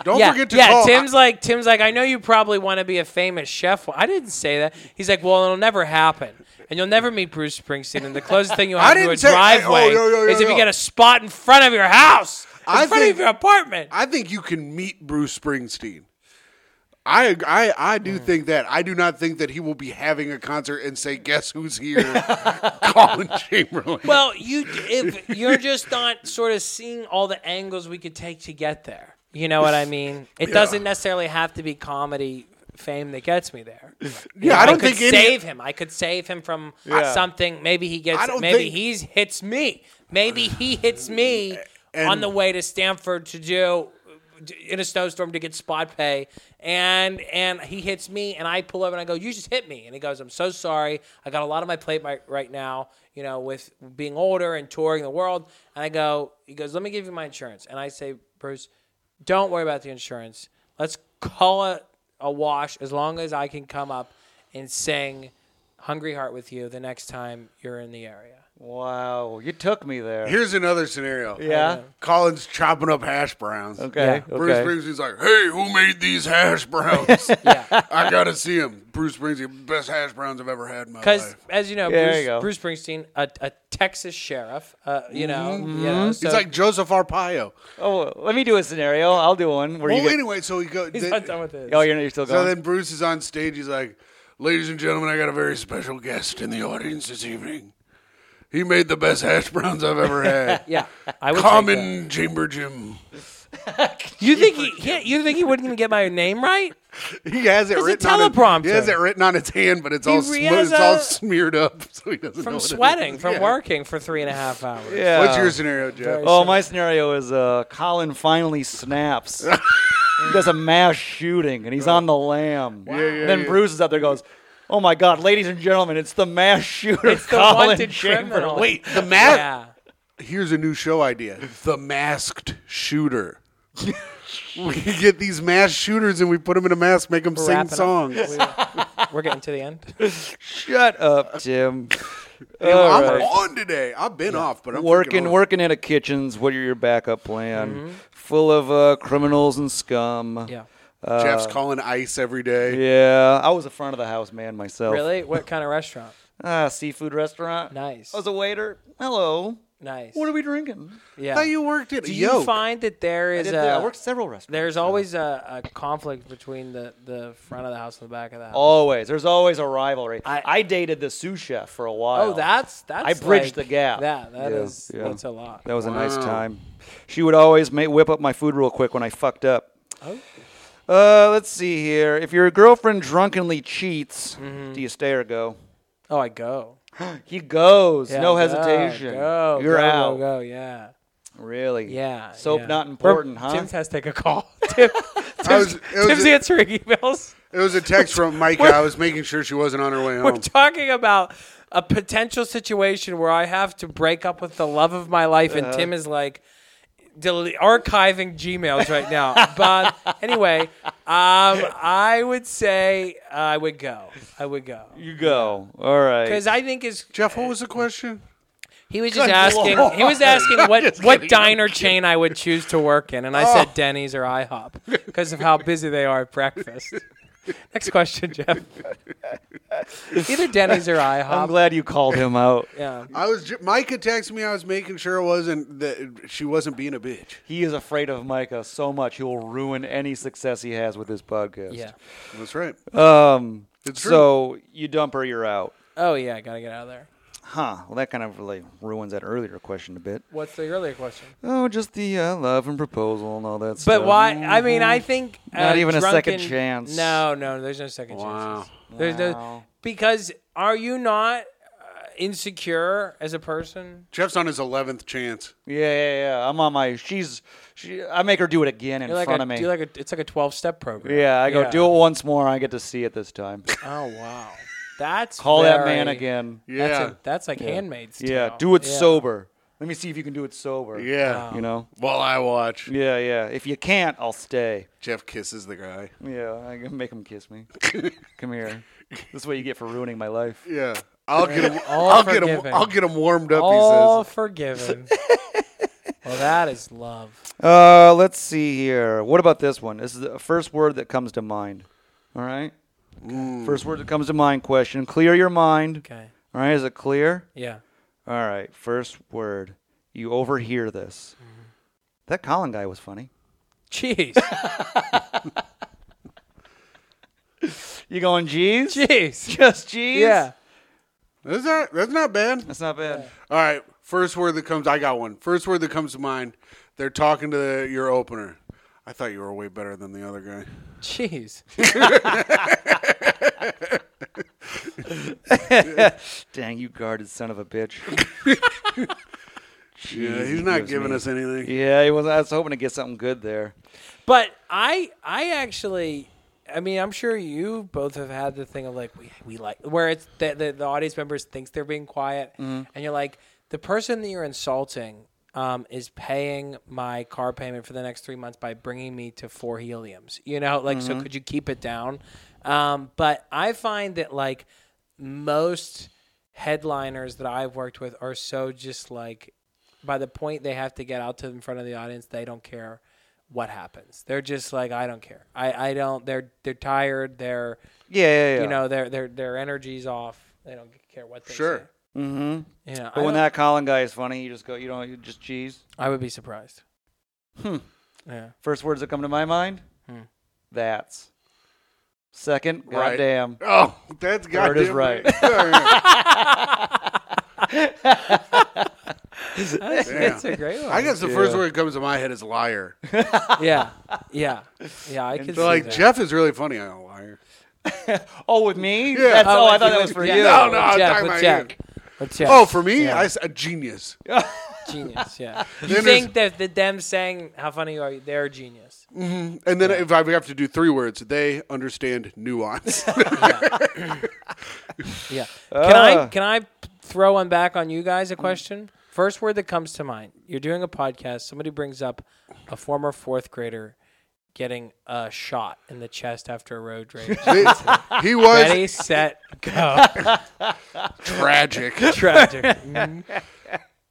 S2: Don't
S3: yeah,
S2: forget to
S3: yeah.
S2: call.
S3: Tim's like Tim's like I know you probably want to be a famous chef. Well, I didn't say that. He's like, well, it'll never happen, and you'll never meet Bruce Springsteen. And the closest thing you
S2: [laughs] I
S3: have to
S2: didn't
S3: a
S2: say- I- oh,
S3: driveway
S2: yo, yo, yo,
S3: is if
S2: yo.
S3: you get a spot in front of your house, in
S2: I
S3: front
S2: think-
S3: of your apartment.
S2: I think you can meet Bruce Springsteen. I I I do
S3: Hmm.
S2: think that. I do not think that he will be having a concert and say, "Guess who's here?" [laughs] Colin Chamberlain.
S3: well, you if you're just not sort of seeing all the angles we could take to get there. You know
S2: [laughs]
S3: what I mean? It doesn't necessarily have to be comedy fame that gets me there.
S2: yeah, I don't
S3: could
S2: think any.
S3: save him. I could save him from
S1: Yeah.
S3: something. Maybe he
S2: I
S3: gets.
S2: don't
S3: Maybe
S2: think-
S3: he's hits me. Maybe he hits me on the way to Stanford to do in a snowstorm to get spot pay, and and he hits me, and I pull over and I go, "You just hit me," and he goes, "I'm so sorry. I got a lot on my plate right, right now. You know, with being older and touring the world." And I go, he goes, "Let me give you my insurance," and I say, "Bruce, don't worry about the insurance. Let's call it a wash as long as I can come up and sing Hungry Heart with you the next time you're in the area.
S1: Wow, you took me there.
S2: Here's another scenario.
S1: yeah.
S2: Colin's chopping up hash browns.
S1: Okay.
S3: Yeah.
S1: okay.
S2: Bruce Springsteen's like, "Hey, who made these hash browns?
S3: [laughs] Yeah.
S2: I gotta see him." Bruce Springsteen, best hash browns I've ever had in my
S3: Because,
S2: life.
S3: as you know,
S1: Yeah, there
S3: Bruce,
S1: you go.
S3: Bruce Springsteen, a, a Texas sheriff, uh, you know, you know, so-
S2: He's Mm-hmm. like Joseph Arpaio.
S1: Oh, let me do a scenario. I'll do one. Where
S2: Well,
S1: you get-
S2: anyway, so he goes.
S3: he's not done with this.
S1: oh, you're, you're still
S2: So
S1: going.
S2: then Bruce is on stage. He's like, "Ladies and gentlemen, I got a very special guest in the audience this evening. He made the best hash browns I've
S3: [laughs]
S2: ever had. [laughs]
S3: yeah, I would take that.
S2: Common Chamber Jim.
S3: You think he? he- You think he wouldn't even get my name right?
S2: [laughs] He has it
S3: There's a
S2: written on his,
S3: teleprompter.
S2: He has it written on its hand, but it's all sm-
S3: he has
S2: it's all
S3: a-
S2: smeared up, [laughs] so he doesn't know
S3: From
S2: what it is.
S3: sweating, from
S2: Yeah.
S3: working for three and a half hours.
S2: [laughs]
S1: yeah.
S2: What's your scenario, Jeff?
S3: Very-
S1: Oh, my scenario is uh, Colin finally
S2: [laughs]
S1: snaps. he does a mass shooting and he's on the lam.
S2: Yeah, yeah,
S1: then
S2: yeah.
S1: Bruce is up there and goes, Oh my God, ladies and gentlemen, it's the mass shooter,
S3: It's the
S1: Colin
S3: wanted
S1: Chamberlain."
S3: criminal.
S2: Wait, the mask.
S3: yeah.
S2: Here's a new show idea: the masked
S3: [laughs]
S2: shooter. we get these masked shooters and we put them in a mask, make them sing
S3: wrapping up.
S2: songs. [laughs]
S3: We're getting to the end.
S1: Shut up, Tim.
S2: You know, I'm
S1: Alright.
S2: on today. I've been off, but I'm freaking
S1: working
S2: on.
S1: working in a kitchen's what are your backup plan full of uh, criminals and scum
S3: Mm-hmm. Yeah. Uh,
S2: Jeff's calling ice every day.
S1: yeah i was a front of the house man myself
S3: Really? What kind of restaurant?
S1: ah seafood restaurant
S3: Nice.
S1: i was a waiter hello
S3: Nice.
S1: what are we drinking
S3: yeah.
S2: How you worked it?
S3: Do
S2: Yo,
S3: you find that there
S1: I,
S3: is uh,
S1: did,
S3: a
S1: I worked several restaurants
S2: [laughs]
S3: there's always a, a conflict between the, the front of the house and the back of the house?
S1: always there's always a rivalry i,
S3: I-
S1: dated the sous chef for a while
S3: Oh, that's that's.
S1: I bridged
S3: like-
S1: the gap.
S3: Yeah, that
S1: Yeah,
S3: is
S1: yeah.
S3: that's a lot.
S1: that was a nice
S2: Wow.
S1: time she would always ma- whip up my food real quick when i fucked up
S3: Oh.
S1: uh, let's see here. If your girlfriend drunkenly cheats,
S3: Mm-hmm.
S1: do you stay or go?
S3: Oh, I go.
S1: He goes,
S3: Yeah,
S1: no
S3: go,
S1: hesitation.
S3: Go,
S1: You're
S3: go, go,
S1: out.
S3: Go, yeah,
S1: Really?
S3: yeah.
S1: Soap
S3: yeah.
S1: not
S3: We're-
S1: important, huh?
S3: Tim's has to take a
S1: [laughs]
S3: call. Tim,
S2: I was- it was
S3: Tim's
S2: a-
S3: answering emails.
S2: It was a text
S3: [laughs]
S2: from Micah. I was making sure she wasn't on her way
S1: Oh.
S3: We're
S2: home.
S3: talking about a potential situation where I have to break up with the love of my life,
S1: Uh-huh.
S3: and Tim is like del- archiving Gmails right now. but anyway, um, I would say I would go. I
S1: [laughs]
S3: would go.
S1: You go. All right.
S3: Because I think is
S2: Jeff, what was the question?
S3: he was just
S2: Good
S3: asking
S2: Lord.
S3: he was asking what
S2: Just
S3: what
S2: kidding, [laughs] Oh. I'm
S3: diner chain I would choose to work in, and I said Denny's or IHOP because of how busy they are at breakfast. Next question, Jeff. Either Denny's or
S1: I'm
S3: IHOP.
S1: glad you called him out.
S3: Yeah.
S2: I was ju- Micah texted me. I was making sure it wasn't that she wasn't being a bitch.
S1: [laughs] He is afraid of Micah so much he will ruin any success he has with his podcast.
S3: Yeah.
S2: That's right.
S3: Uh,
S1: Um.
S2: It's true.
S1: so you dump her, you're out.
S3: Oh yeah, gotta get out of there.
S1: Huh. Well, that kind of really ruins that earlier question a bit.
S3: What's the earlier question?
S1: Oh, just the uh, love and proposal and all that stuff. Mm-hmm.
S3: But why? I mean, I
S2: Mm-hmm.
S3: think
S1: Not
S3: uh,
S1: even a second
S3: drunken-
S1: chance.
S3: No, no, there's no second
S2: Wow.
S3: chances. There's no because are you not uh, insecure as a person?
S2: Jeff's on his eleventh chance.
S1: Yeah, yeah, yeah. I'm on my. She's. She. I make her do it again in
S3: You're like
S1: front
S3: a,
S1: of me.
S3: You're like a, it's like a twelve step program.
S1: yeah, I go do it once more. I get to see it this [laughs] time.
S3: Oh wow, that's
S1: Call that man
S3: very-
S1: again.
S3: That's,
S2: Yeah,
S3: a, that's like Handmaid's Tale.
S1: Yeah, do it
S3: Yeah.
S1: sober. Let me see if you can do it sober.
S2: yeah.
S3: Um,
S1: You know?
S2: While I watch,
S1: Yeah, yeah. If you can't, I'll stay.
S2: Jeff kisses the guy.
S1: Yeah, I can make him kiss [laughs] me. Come here. This is what you get for ruining my life.
S2: Yeah, I'll get him.
S3: All
S2: I'll get him.
S3: forgiven.
S2: I'll get him warmed up.
S1: [laughs]
S3: All forgiven. well, that is love.
S1: Uh, let's see here. What about this one? This is the first word that comes to mind. All right? First word that comes to mind question. Clear your mind.
S3: Okay.
S1: All right, is it clear?
S3: Yeah.
S1: All right, first word. You overhear this.
S3: Mm-hmm.
S1: That Colin guy was funny. [laughs]
S3: Jeez.
S1: You going,
S3: [laughs]
S1: geez?
S3: Jeez.
S1: Just geez?
S3: Yeah.
S2: he says. That's not. That's not bad.
S1: That's not bad.
S2: All right. First word that comes. I got one. First word that comes to mind. They're talking to the, your opener. I thought you were way better than the other guy.
S3: Jeez.
S1: Dang, you guarded son of a bitch. [laughs]
S2: yeah,
S1: Jeez,
S2: he's
S1: he
S2: not
S1: gives
S2: giving
S1: me-
S2: us anything.
S1: Yeah, he was, I was hoping to get something good there.
S3: But I I actually I mean I'm sure you both have had the thing of like we, we like where it's the, the the audience members thinks they're being quiet and you're like the person that you're insulting um, is paying my car payment for the next three months by bringing me to four heliums you know like so could you keep it down um, but I find that like most headliners that I've worked with are so just like by the point they have to get out to in front of the audience, they don't care what happens. They're just like, I don't care. I, I don't. They're they're tired. They're
S1: Yeah, yeah, yeah.
S3: you know their their their energy's off. They don't care what they
S2: Sure.
S3: say. You know, I,
S1: Mm-hmm. but when
S3: don't-
S1: that Colin guy is funny, you just go, you don't, you just geez.
S3: I would be surprised.
S1: Hmm.
S2: [laughs]
S3: Yeah.
S1: First words that come to my mind?
S3: Hmm.
S1: That's. Second,
S2: Right.
S1: goddamn.
S2: Oh, that's got
S1: Word is right.
S3: That's, that's a great one.
S2: I guess the first word that comes to my head is liar.
S3: [laughs] yeah, yeah, yeah. I can see
S2: So like
S3: that.
S2: Jeff is really funny on a liar.
S1: Oh, with me? That's,
S3: Oh,
S1: oh, I
S3: if
S1: thought
S3: you
S1: that
S3: would-
S1: was for
S3: yeah,
S1: you.
S2: No, no, I'm
S3: Jeff,
S2: talking
S3: with
S2: about
S3: Jeff. With Jeff.
S2: Oh, for me,
S3: Yeah.
S2: I s- a genius.
S1: [laughs]
S2: [laughs]
S3: genius. Yeah. You
S2: there's-
S3: think that the them saying how funny are you? They're genius.
S2: And then if I have to do three words, they understand nuance.
S3: Yeah. Can I
S1: Ah.
S3: can I p- throw one back on you guys a question? First word that comes to mind. You're doing a podcast. Somebody brings up a former fourth grader getting a shot in the chest after a road rage.
S2: They- [laughs] he was
S3: Ready, set, go.
S2: tragic.
S3: Tragic. Mm.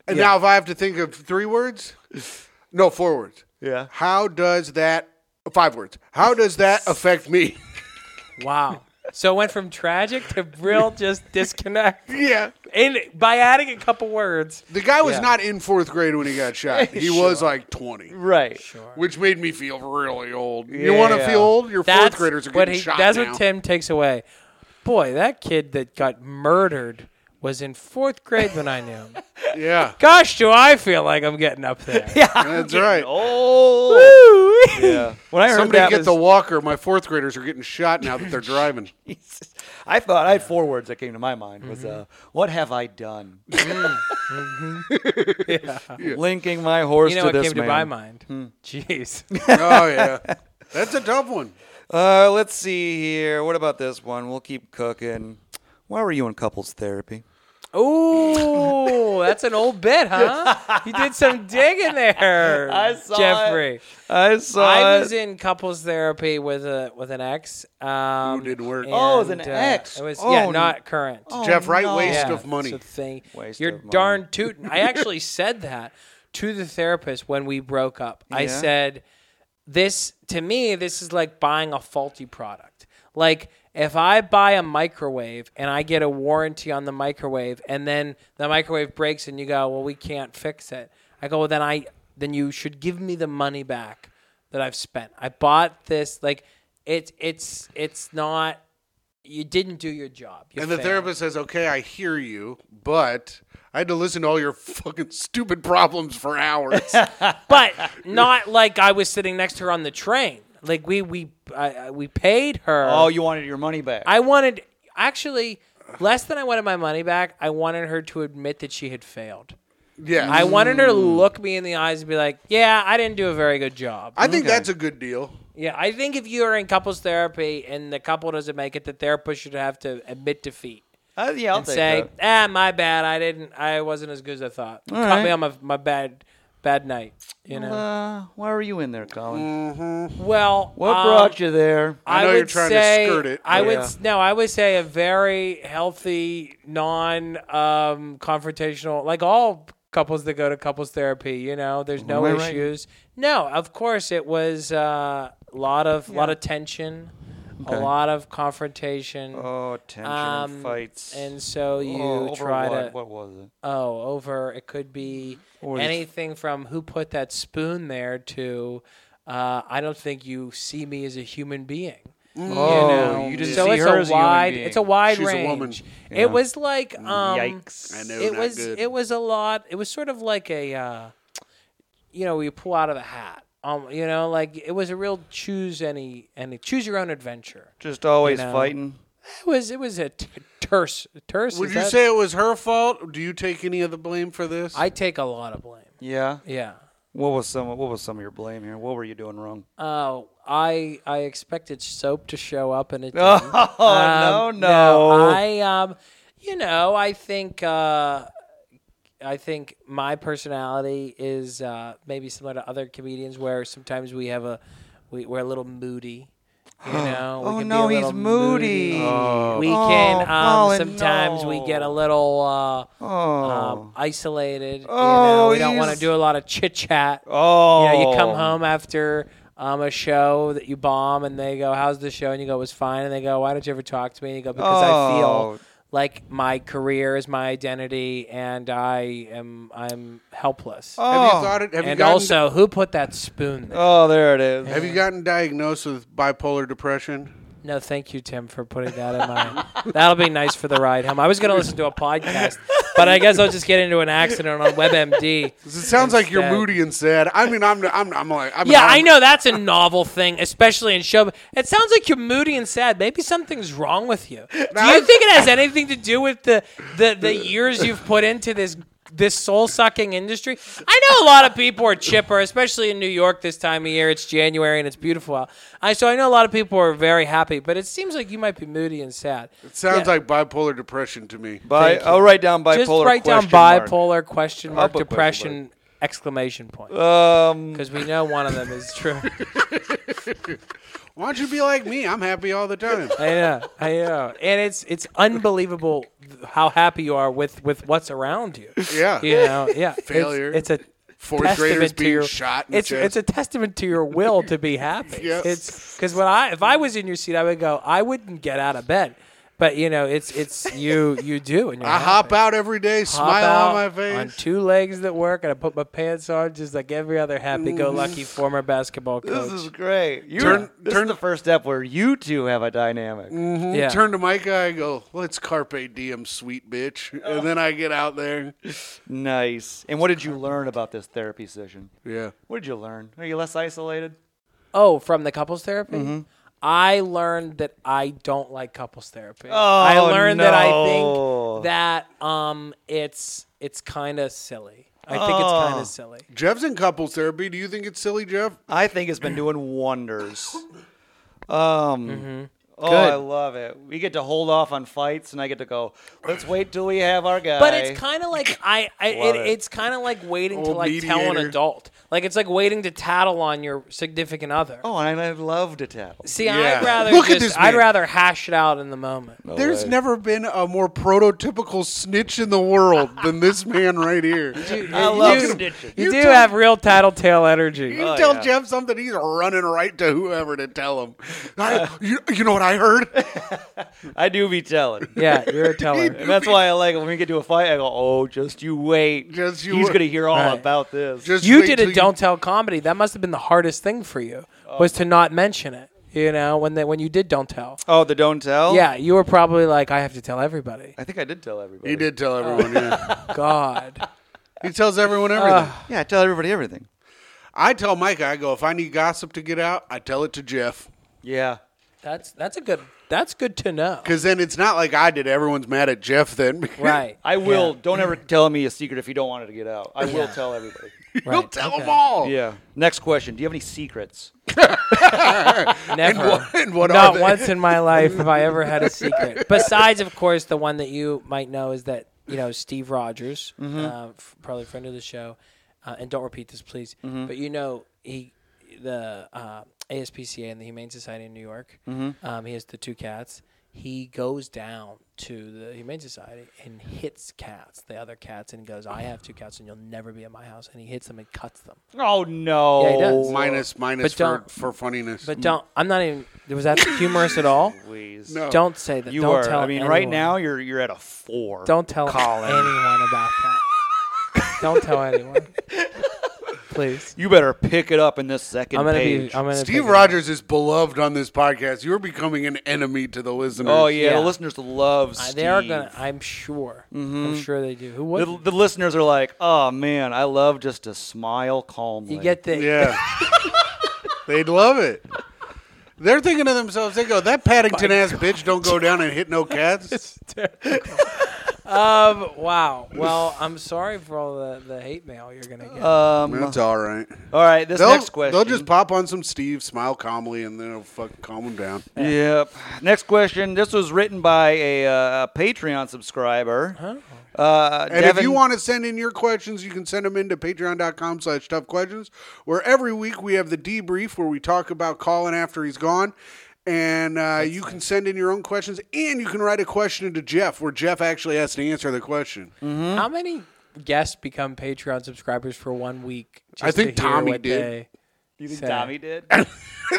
S2: And now, if I have to think of three words, no, four words.
S1: Yeah.
S2: How does that? Five words. How does that affect me?
S3: [laughs] Wow. So it went from tragic to
S2: [laughs]
S3: real just disconnect.
S2: yeah.
S3: And by adding a couple words,
S2: The guy was
S1: Yeah.
S2: not in fourth grade when he got shot. He was like 20,
S1: Right.
S2: which made me feel really old. You want to
S1: Yeah.
S2: feel old? Your
S3: that's
S2: fourth graders are
S3: what
S2: getting
S3: he,
S2: shot
S3: that's
S2: now.
S3: what Tim takes away. Boy, that kid that got murdered was in fourth grade when I knew him.
S2: [laughs] yeah,
S3: Gosh, do I feel like I'm getting up
S1: [laughs]
S3: there.
S2: that's right.
S1: Oh.
S3: [laughs]
S1: yeah. When I heard
S2: Somebody
S1: that
S2: get
S1: was-
S2: the walker. My fourth graders are getting shot now that they're driving.
S1: Jesus. I thought I had four words that came to my mind was
S3: Mm-hmm.
S1: uh, "What have I
S3: [laughs]
S1: done?" [laughs] Linking my horse
S3: You know what
S1: to this
S3: came to
S1: man. Hmm.
S3: my mind?
S1: [laughs]
S3: Jeez.
S2: oh yeah, that's a tough one.
S1: Uh, let's see here. What about this one? We'll keep cooking. Why were you in couples therapy?
S3: Ooh, that's an old bit,
S1: [laughs]
S3: huh? You did some digging there,
S1: I saw it.
S3: Jeffrey.
S1: I saw.
S3: I
S1: it.
S3: was in couples therapy with a with an ex. Um,
S2: Who didn't work?
S1: Oh, it was an
S3: and, uh,
S1: ex.
S3: It was
S1: Oh,
S3: yeah,
S1: n-
S3: not current.
S1: Oh,
S2: Jeff, right
S1: no.
S2: waste
S3: yeah,
S2: of money.
S3: It's a thing.
S1: Waste
S3: You're
S1: of money.
S3: darn tootin'. I actually [laughs] said that to the therapist when we broke up. I
S1: Yeah.
S3: said, "This to me, this is like buying a faulty product. Like if I buy a microwave and I get a warranty on the microwave, and then the microwave breaks, and you go, well, we can't fix it. I go, well, then I then you should give me the money back that I've spent. I bought this like." It's it's it's not. You didn't do your job. You
S2: And the
S3: failed.
S2: therapist says, "Okay, I hear you, but I had to listen to all your [laughs] fucking stupid problems for
S3: [laughs]
S2: hours."
S3: but not like I was sitting next to her on the train. Like we we I, I- we paid her.
S1: Oh, you wanted your money back.
S3: I wanted actually less than I wanted my money back. I wanted her to admit that she had failed.
S2: yeah,
S3: I wanted her to
S1: Mm.
S3: look me in the eyes and be like, "Yeah, I didn't do a very good job."
S2: I think that's a good deal.
S3: yeah, I think if you are in couples therapy and the couple doesn't make it, the therapist should have to admit defeat
S1: Uh, yeah, I'll
S3: and
S1: take
S3: say,
S1: that.
S3: "Ah, my bad. I didn't. I wasn't as good as I thought. Caught
S1: right.
S3: me on my my bad bad night." You know.
S1: Uh, why were you in there, Colin?
S3: well,
S1: What
S3: um,
S1: brought you there?
S2: I know
S3: would
S2: you're trying to
S3: say-
S2: skirt it,
S3: I
S2: but-
S3: would
S1: Yeah.
S3: no. I would say a very healthy, non-confrontational, like all couples that go to couples therapy. You know, there's no
S1: Am I right?
S3: issues. No, of course it was uh, a lot of lot of tension, a lot of confrontation. um,
S1: oh, tension and fights.
S3: and so you
S1: oh, over
S3: try
S1: what?
S3: to
S1: What was it?
S3: oh over it could be
S1: Or the-
S3: anything from who put that spoon there to uh, I don't think you see me as a human being
S1: Oh,
S3: know?
S1: you didn't
S3: so
S1: see
S3: it's
S1: her
S3: a
S1: as a human
S3: wide,
S1: being.
S3: it's a wide
S2: Mm. She's a
S3: range.
S2: woman.
S1: Yeah.
S3: It was like, um,
S1: Yikes.
S2: I know
S3: It
S2: not
S3: was,
S2: good.
S3: it was a lot. It was sort of like a, uh, you know, you pull out of a hat. Um, you know, like it was a real choose any, any choose your own adventure.
S1: Just always
S3: know.
S1: fighting.
S3: It was, it was a t- terse, terse.
S2: Would
S3: is
S2: you
S3: that-
S2: say it was her fault? Do you take any of the blame for this?
S3: I take a lot of blame?
S1: Yeah.
S3: Yeah.
S1: What was some? What was some of your blame here? What were you doing wrong?
S3: Oh, I I expected soap to show
S1: [laughs]
S3: up and it didn't.
S1: [laughs] Oh no,
S3: Um,
S1: no.
S3: I um, you know, I think uh, I think my personality is uh, maybe similar to other comedians, where sometimes we have a we, we're a little moody.
S1: [gasps]
S3: You know,
S1: Oh,
S3: we can
S1: no,
S3: be a
S1: he's
S3: little
S1: moody. Oh.
S3: We
S1: Oh,
S3: can um,
S1: Colin,
S3: sometimes we get a little uh,
S1: oh,
S3: um, isolated. you know,
S1: Oh,
S3: we don't want to
S1: he's-
S3: do a lot of chit chat.
S1: oh.
S3: You know, you come home after um, a show that you bomb, and they go, "How's the show?" And you go, "It was fine." And they go, "Why don't you ever talk to me?" And you go, "Because I
S1: Oh.
S3: feel like my career is my identity, and I am I'm helpless."
S1: Oh,
S2: have you thought it? Have you
S3: and
S2: gotten,
S3: also, who put that spoon there?
S1: oh, there it is.
S2: have you gotten diagnosed with bipolar depression?
S3: No, thank you, Tim, for putting that in my. That'll be nice for the ride home. I was going to listen to a podcast, but I guess I'll just get into an
S1: [laughs]
S3: accident on WebMD.
S2: It sounds like you're
S3: Instead.
S2: moody and sad. I mean, I'm, I'm, I'm like, I'm
S3: Yeah,
S2: I'm-
S3: I know that's a novel thing, especially in show. It sounds like you're moody and sad. Maybe something's wrong with you. Do you think it has anything to do with the the, the years you've put into this this soul sucking industry? I know a lot of people are chipper, especially in New York this time of year. It's January and it's beautiful out. I so I know a lot of people are very happy, but it seems like you might be moody and sad.
S2: It sounds like bipolar depression to me.
S1: Bi- I'll write down bipolar.
S3: Just write down
S1: question mark.
S3: bipolar question mark
S1: put question
S3: depression exclamation point
S1: Um,
S3: because we know one of them is true.
S2: Why don't you be like me? I'm happy all the time.
S3: I know, I know, and it's it's unbelievable how happy you are with with what's around you.
S2: Yeah.
S3: You know, [laughs] yeah. It's-
S2: Failure.
S3: It's, a
S2: Fourth
S3: testament
S2: graders
S3: to
S2: being
S3: your-
S2: shot. In
S3: It's
S2: the chest.
S3: it's a testament to your will to be happy.
S2: [laughs] Yes.
S3: It's because when I if I was in your seat, I would go. I wouldn't get out of bed, but you know, it's it's you you do, and you're
S2: I
S3: happy.
S2: hop out every day,
S3: Hop
S2: smile
S3: out
S2: on my face.
S3: on two legs that work, and I put my pants on just like every other happy-go-lucky former basketball coach.
S1: this is great. You
S2: Turn-
S1: this
S2: turn-
S1: is the first step where you two have a dynamic.
S3: yeah.
S2: Turn to my guy and go, let's carpe diem, sweet bitch. And then I get out there.
S1: Nice. And what did you learn about this therapy session?
S2: Yeah.
S1: What did you learn? Are you less isolated?
S3: Oh, from the couples therapy? I learned that I don't like couples therapy. I learned that I
S1: no.
S3: think that um it's it's kind of silly. I think it's kind of silly.
S2: Jeff's in couples therapy. Do you think it's silly, Jeff?
S1: I think it's been doing wonders. Um, Oh,
S3: Good.
S1: I love it. We get to hold off on fights, and I get to go. Let's wait till we have our guy.
S3: But it's kind of like I, I
S1: Love
S3: it,
S1: it.
S3: it's kind of like waiting to
S2: Old
S3: like tell an
S2: mediator.
S3: adult. Like it's like waiting to tattle on your significant other.
S1: oh, and I love to tattle.
S3: See,
S2: Yeah.
S3: I'd rather
S2: Look at
S3: just,
S2: this
S3: I'd
S2: man.
S3: rather hash it out in the moment.
S2: There's never been a more prototypical snitch in the world than this man right
S3: [laughs]
S2: here.
S1: I love
S3: you,
S1: snitching.
S3: you
S2: You
S3: do
S2: tell-
S3: have real tattletale energy.
S2: You
S1: Oh,
S2: tell
S1: yeah.
S2: Jeff something, he's running right to whoever to tell him.
S3: [laughs]
S2: I, you, you know what I heard?
S1: I do be telling.
S3: yeah, you're a teller.
S1: And that's why I like it. when we get to a fight. I go, oh, just you wait.
S2: Just you
S1: He's
S2: wait."
S1: gonna hear all
S3: Right.
S1: about this.
S2: Just
S3: you
S2: wait
S3: did
S2: till
S3: a don't tell comedy. That must have been the hardest thing for you was to not mention it. You know, when they, when you did don't tell.
S1: oh, the don't tell.
S3: Yeah, you were probably like, I have to tell everybody.
S1: I think I did tell everybody.
S2: He did
S3: Oh.
S2: tell everyone.
S3: [laughs]
S2: Yeah.
S3: God.
S2: he tells everyone everything.
S3: Ah.
S1: Yeah, I tell everybody everything.
S2: I tell Micah, I go, if I need gossip to get out, I tell it to Jeff.
S1: Yeah.
S3: that's that's a good that's good to know.
S2: Because then it's not like I did. Everyone's mad at Jeff then. [laughs]
S3: Right.
S1: I will. Don't ever tell me a secret if you don't want it to get out. I will tell
S3: [laughs]
S1: everybody.
S3: Yeah,
S2: He'll
S3: right,
S2: tell
S3: okay.
S2: them all.
S1: Yeah. Next question. Do you have any secrets?
S3: Never.
S2: [laughs] And what
S3: Not
S2: are they?
S3: once in my life have I
S1: [laughs]
S3: ever had a secret. Besides, of course, the one that you might know is that you know Steve Rogers,
S1: Mm-hmm.
S3: uh, f- probably a friend of the show, uh, and don't repeat this, please.
S1: Mm-hmm.
S3: But you know he, the uh, ASPCA and the Humane Society in New York.
S1: Mm-hmm.
S3: Um, he has the two cats. He goes down to the Humane Society and hits cats, the other cats, and goes, "I have two cats, and you'll never be at my house." And he hits them and cuts them.
S1: Oh no.
S3: Yeah, he does.
S2: Minus, minus
S3: But
S2: for,
S3: don't-
S2: for funniness.
S1: Mm.
S3: But don't. I'm not even. Was that humorous at all?
S1: Please.
S2: No.
S3: Don't say that.
S1: Oh. You
S3: don't
S1: are.
S3: tell.
S1: I mean, right
S3: anyone.
S1: now you're you're at a four.
S3: Don't tell
S1: Colin.
S3: anyone about that. Don't tell anyone, please.
S1: You better pick it up in this 2nd
S3: I'm gonna
S1: page.
S3: be. I'm gonna.
S2: Steve
S3: be-
S2: Rogers is beloved on this podcast. You're becoming an enemy to the listeners.
S1: oh yeah,
S3: Yeah.
S1: the listeners love
S3: Uh,
S1: Steve.
S3: They are gonna. I'm sure. I'm sure they do. Who would?
S1: The, the listeners are like, oh man, I love just to smile calmly.
S3: you get the. [laughs]
S2: Yeah. They'd love it. They're thinking to themselves, they go, that Paddington ass bitch don't go down and hit no
S3: [laughs]
S2: cats.
S3: Um. Wow. Well, I'm sorry for all the, the hate mail you're gonna get.
S1: um,
S2: That's all right.
S1: all right, this
S2: They'll,
S1: next question.
S2: they'll just pop on some Steve, smile calmly, and then it'll fucking calm them down.
S1: Yep. Next question. This was written by a, uh, a Patreon subscriber. Uh,
S2: And if
S1: Devin-
S2: you want to send in your questions, you can send them into patreon.com slash tough questions, where every week we have the debrief where we talk about Colin after he's gone. And uh, you can send in your own questions, and you can write a question to Jeff, where Jeff actually has to answer the question.
S3: How many guests become Patreon subscribers for one week? Just
S2: I think
S3: to hear
S2: Tommy
S3: what
S2: did.
S3: they
S1: you think
S3: say?
S1: Tommy [laughs] did?
S2: [laughs] I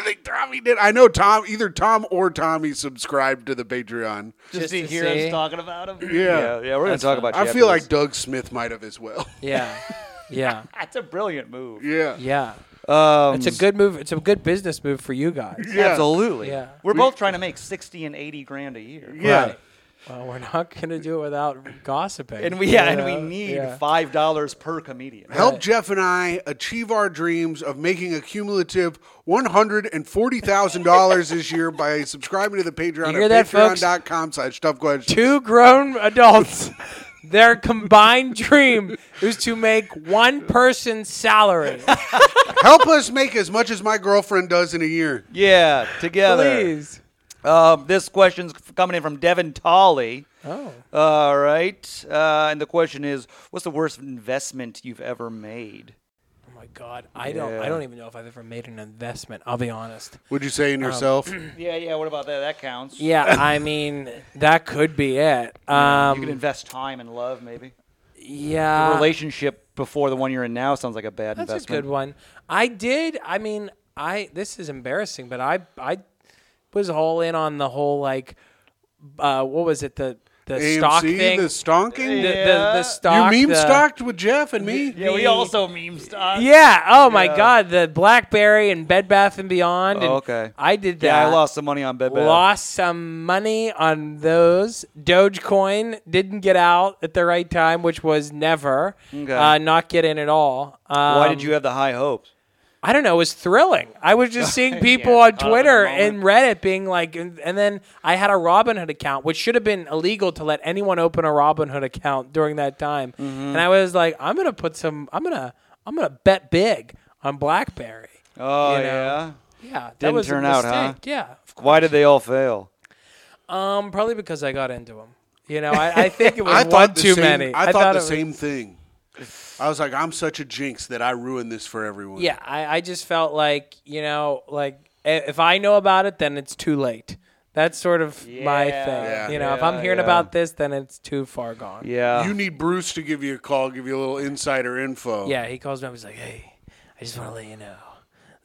S2: think Tommy did. I know Tom, either Tom or Tommy subscribed to the Patreon.
S1: just,
S3: Just
S1: to
S3: to
S1: hear
S3: see.
S1: us talking about him.
S2: Yeah.
S1: yeah, yeah, we're gonna talk about.
S2: I
S1: you
S2: feel
S1: after
S2: like
S1: this.
S2: Doug Smith might have as well. [laughs]
S3: Yeah. Yeah.
S1: that's a brilliant move.
S2: Yeah.
S3: Yeah.
S1: Um,
S3: It's a good move. It's a good business move for you guys.
S2: Yeah.
S1: absolutely.
S3: Yeah.
S1: we're both trying to make sixty and eighty grand a year.
S2: Yeah.
S3: Right. Well, we're not [laughs] going to do it without gossiping.
S1: and we yeah,
S3: you
S1: and we
S3: know?
S1: need
S3: Yeah.
S1: five dollars per comedian.
S2: Help Jeff and I achieve our dreams of making a cumulative $140,000 this year by subscribing to the Patreon
S3: You hear
S2: at
S3: that, folks?
S2: patreon.com slash tough question.
S3: two grown adults. [laughs] Their combined dream is to make one
S1: [laughs]
S3: person's salary.
S2: Help us make as much as my girlfriend does in a year.
S1: Yeah, together.
S3: Please.
S1: Um, this question's coming in from Devin Tolley.
S3: Oh.
S1: All right. Uh, and the question is What's the worst investment you've ever made?
S3: Oh my God, I don't.
S1: Yeah.
S3: I don't even know if I've ever made an investment. I'll be honest.
S2: Would you say in
S3: Um,
S2: yourself?
S1: Yeah, yeah. What about that? That counts.
S3: Yeah, I mean that could be it.
S1: you
S3: Um,
S1: can invest time and love, maybe.
S3: yeah,
S1: relationship before the one you're in now sounds like a bad
S3: that's a
S1: investment.
S3: good one. I did. I mean, I this is embarrassing, but I I was all in on the whole like, uh, what was it the the
S2: AMC,
S3: stock thing?
S2: the stonking.
S3: the, the, the,
S1: Yeah.
S3: stock. uh,
S2: you meme
S3: the-
S2: stocked with Jeff and me.
S1: Yeah, we
S3: The-
S1: also meme stuff.
S3: Yeah. Oh my
S1: Yeah.
S3: God, the BlackBerry and Bed Bath and Beyond. and
S1: Oh, okay.
S3: I did that.
S1: Yeah, I lost some money on Bed Bath.
S3: Lost some money on those. Dogecoin didn't get out at the right time, which was never.
S1: Okay.
S3: Uh, not get in at all. Um,
S1: Why did you have the high hopes?
S3: I don't know. It was thrilling. I was [laughs] just seeing people
S1: Yeah, up
S3: on
S1: in the
S3: Twitter
S1: moment.
S3: and Reddit being like, and, and then I had a Robinhood account, which should have been illegal to let anyone open a Robinhood account during that time. And I was like, I'm gonna put some. I'm gonna. I'm gonna bet big on BlackBerry.
S1: Oh
S3: um, You know?
S1: yeah.
S3: Yeah, that
S1: Didn't
S3: was a
S1: turn out, huh?
S3: mistake. Yeah, of course.
S1: Why did they all fail?
S3: Um, probably because I got into them. You know, I, I [laughs] think it was
S2: I
S3: one
S2: thought the
S3: too
S2: same,
S3: many.
S2: I, thought, the
S3: it was-
S2: same thing. I was like, I'm such a jinx that I ruined this for everyone.
S3: Yeah, I, I just felt like you know, like i- if I know about it, then it's too late. That's sort of my
S1: Yeah,
S3: thing.
S2: Yeah.
S3: You know, if
S1: yeah,
S3: I'm hearing
S1: yeah.
S3: about this, then it's too far gone.
S1: Yeah.
S2: You need Bruce to give you a call, give you a little insider info.
S3: Yeah, he calls me up. He's like, "Hey, I just want to let you know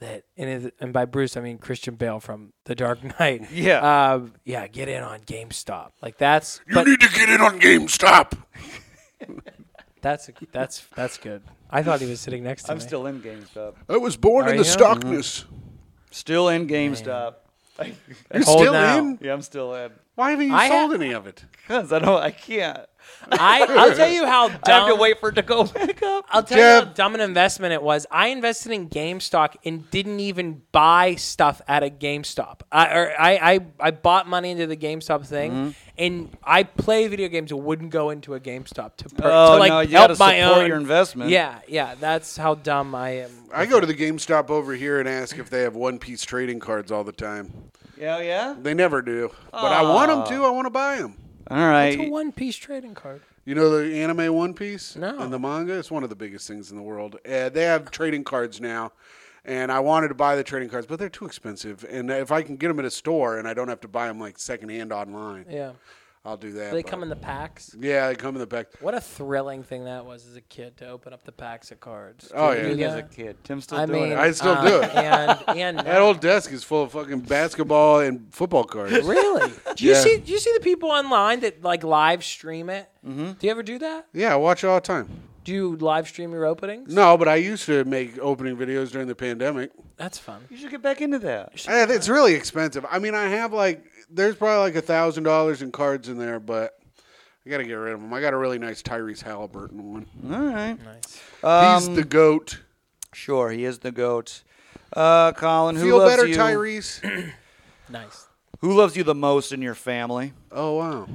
S3: that," and, it, and by Bruce, I mean Christian Bale from The Dark [laughs] Knight.
S1: Yeah.
S3: um, yeah, get in on GameStop. Like that's
S2: You
S3: but
S2: need to get in on GameStop.
S3: that's that's that's good. I thought he was sitting next to
S1: I'm
S3: me.
S1: still in GameStop.
S2: I was born
S3: Are
S2: in the
S3: you? Mm-hmm.
S2: stockness.
S1: Still in GameStop.
S2: You're
S3: Hold
S2: still
S3: now.
S2: in?
S1: yeah, I'm still in.
S2: Why haven't you
S3: I
S2: sold
S3: ha-
S2: any of it?
S1: Cause I don't. I can't.
S3: I I'll tell you how dumb
S1: [laughs] I have to wait for it to go [laughs] back up.
S3: I'll tell you how
S2: Jeb.
S3: dumb an investment it was. I invested in GameStop and didn't even buy stuff at a GameStop. I or I, I, I bought money into the GameStop thing,
S1: Mm-hmm.
S3: and I play video games and wouldn't go into a GameStop to, per-
S1: Oh,
S3: to like
S1: no, you
S3: help
S1: gotta
S3: my
S1: support
S3: own
S1: your investment.
S3: Yeah, yeah, that's how dumb I am.
S2: I go to the GameStop over here and ask if they have one piece trading cards all the time.
S1: Yeah, yeah.
S2: They never do. But I want them to. I want to buy them.
S1: All
S3: It's a
S1: right.
S3: One Piece trading card.
S2: You know the anime One Piece?
S3: No.
S2: And the manga? It's one of the biggest things in the world. Uh, they have trading cards now. And I wanted to buy the trading cards, but they're too expensive. And if I can get them at a store and I don't have to buy them like secondhand online,
S3: Yeah,
S2: I'll do that.
S3: they
S2: but-
S3: come in the packs.
S2: Yeah, they come in the back.
S3: What a thrilling thing that was as a kid to open up the packs of cards.
S2: Oh,
S3: Did you
S2: yeah.
S3: do
S1: As a
S3: that?
S1: kid, Tim's still
S3: I
S1: doing
S3: mean,
S1: it.
S2: I still
S3: uh,
S2: do it.
S3: And,
S1: [laughs]
S3: and
S2: That old desk is full of fucking basketball and football cards.
S3: [laughs] Really? Do you
S2: Yeah.
S3: see? Do you see the people online that like live stream it? Mm-hmm. Do you ever do that?
S2: Yeah, I watch it all the time.
S3: Do you live stream your openings?
S2: No, but I used to make opening videos during the pandemic.
S3: That's fun.
S1: You should get back into that.
S2: Eh, It's really expensive. I mean, I have like there's probably like a thousand dollars in cards in there, but I gotta get rid of them. I got a really nice Tyrese Halliburton one.
S1: All right.
S3: Nice.
S2: He's the goat.
S1: Sure, he is the goat. Uh, Colin, who
S2: Feel
S1: loves
S2: better,
S1: you?
S2: [clears throat] Tyrese.
S3: Nice.
S1: Who loves you the most in your family?
S2: oh wow.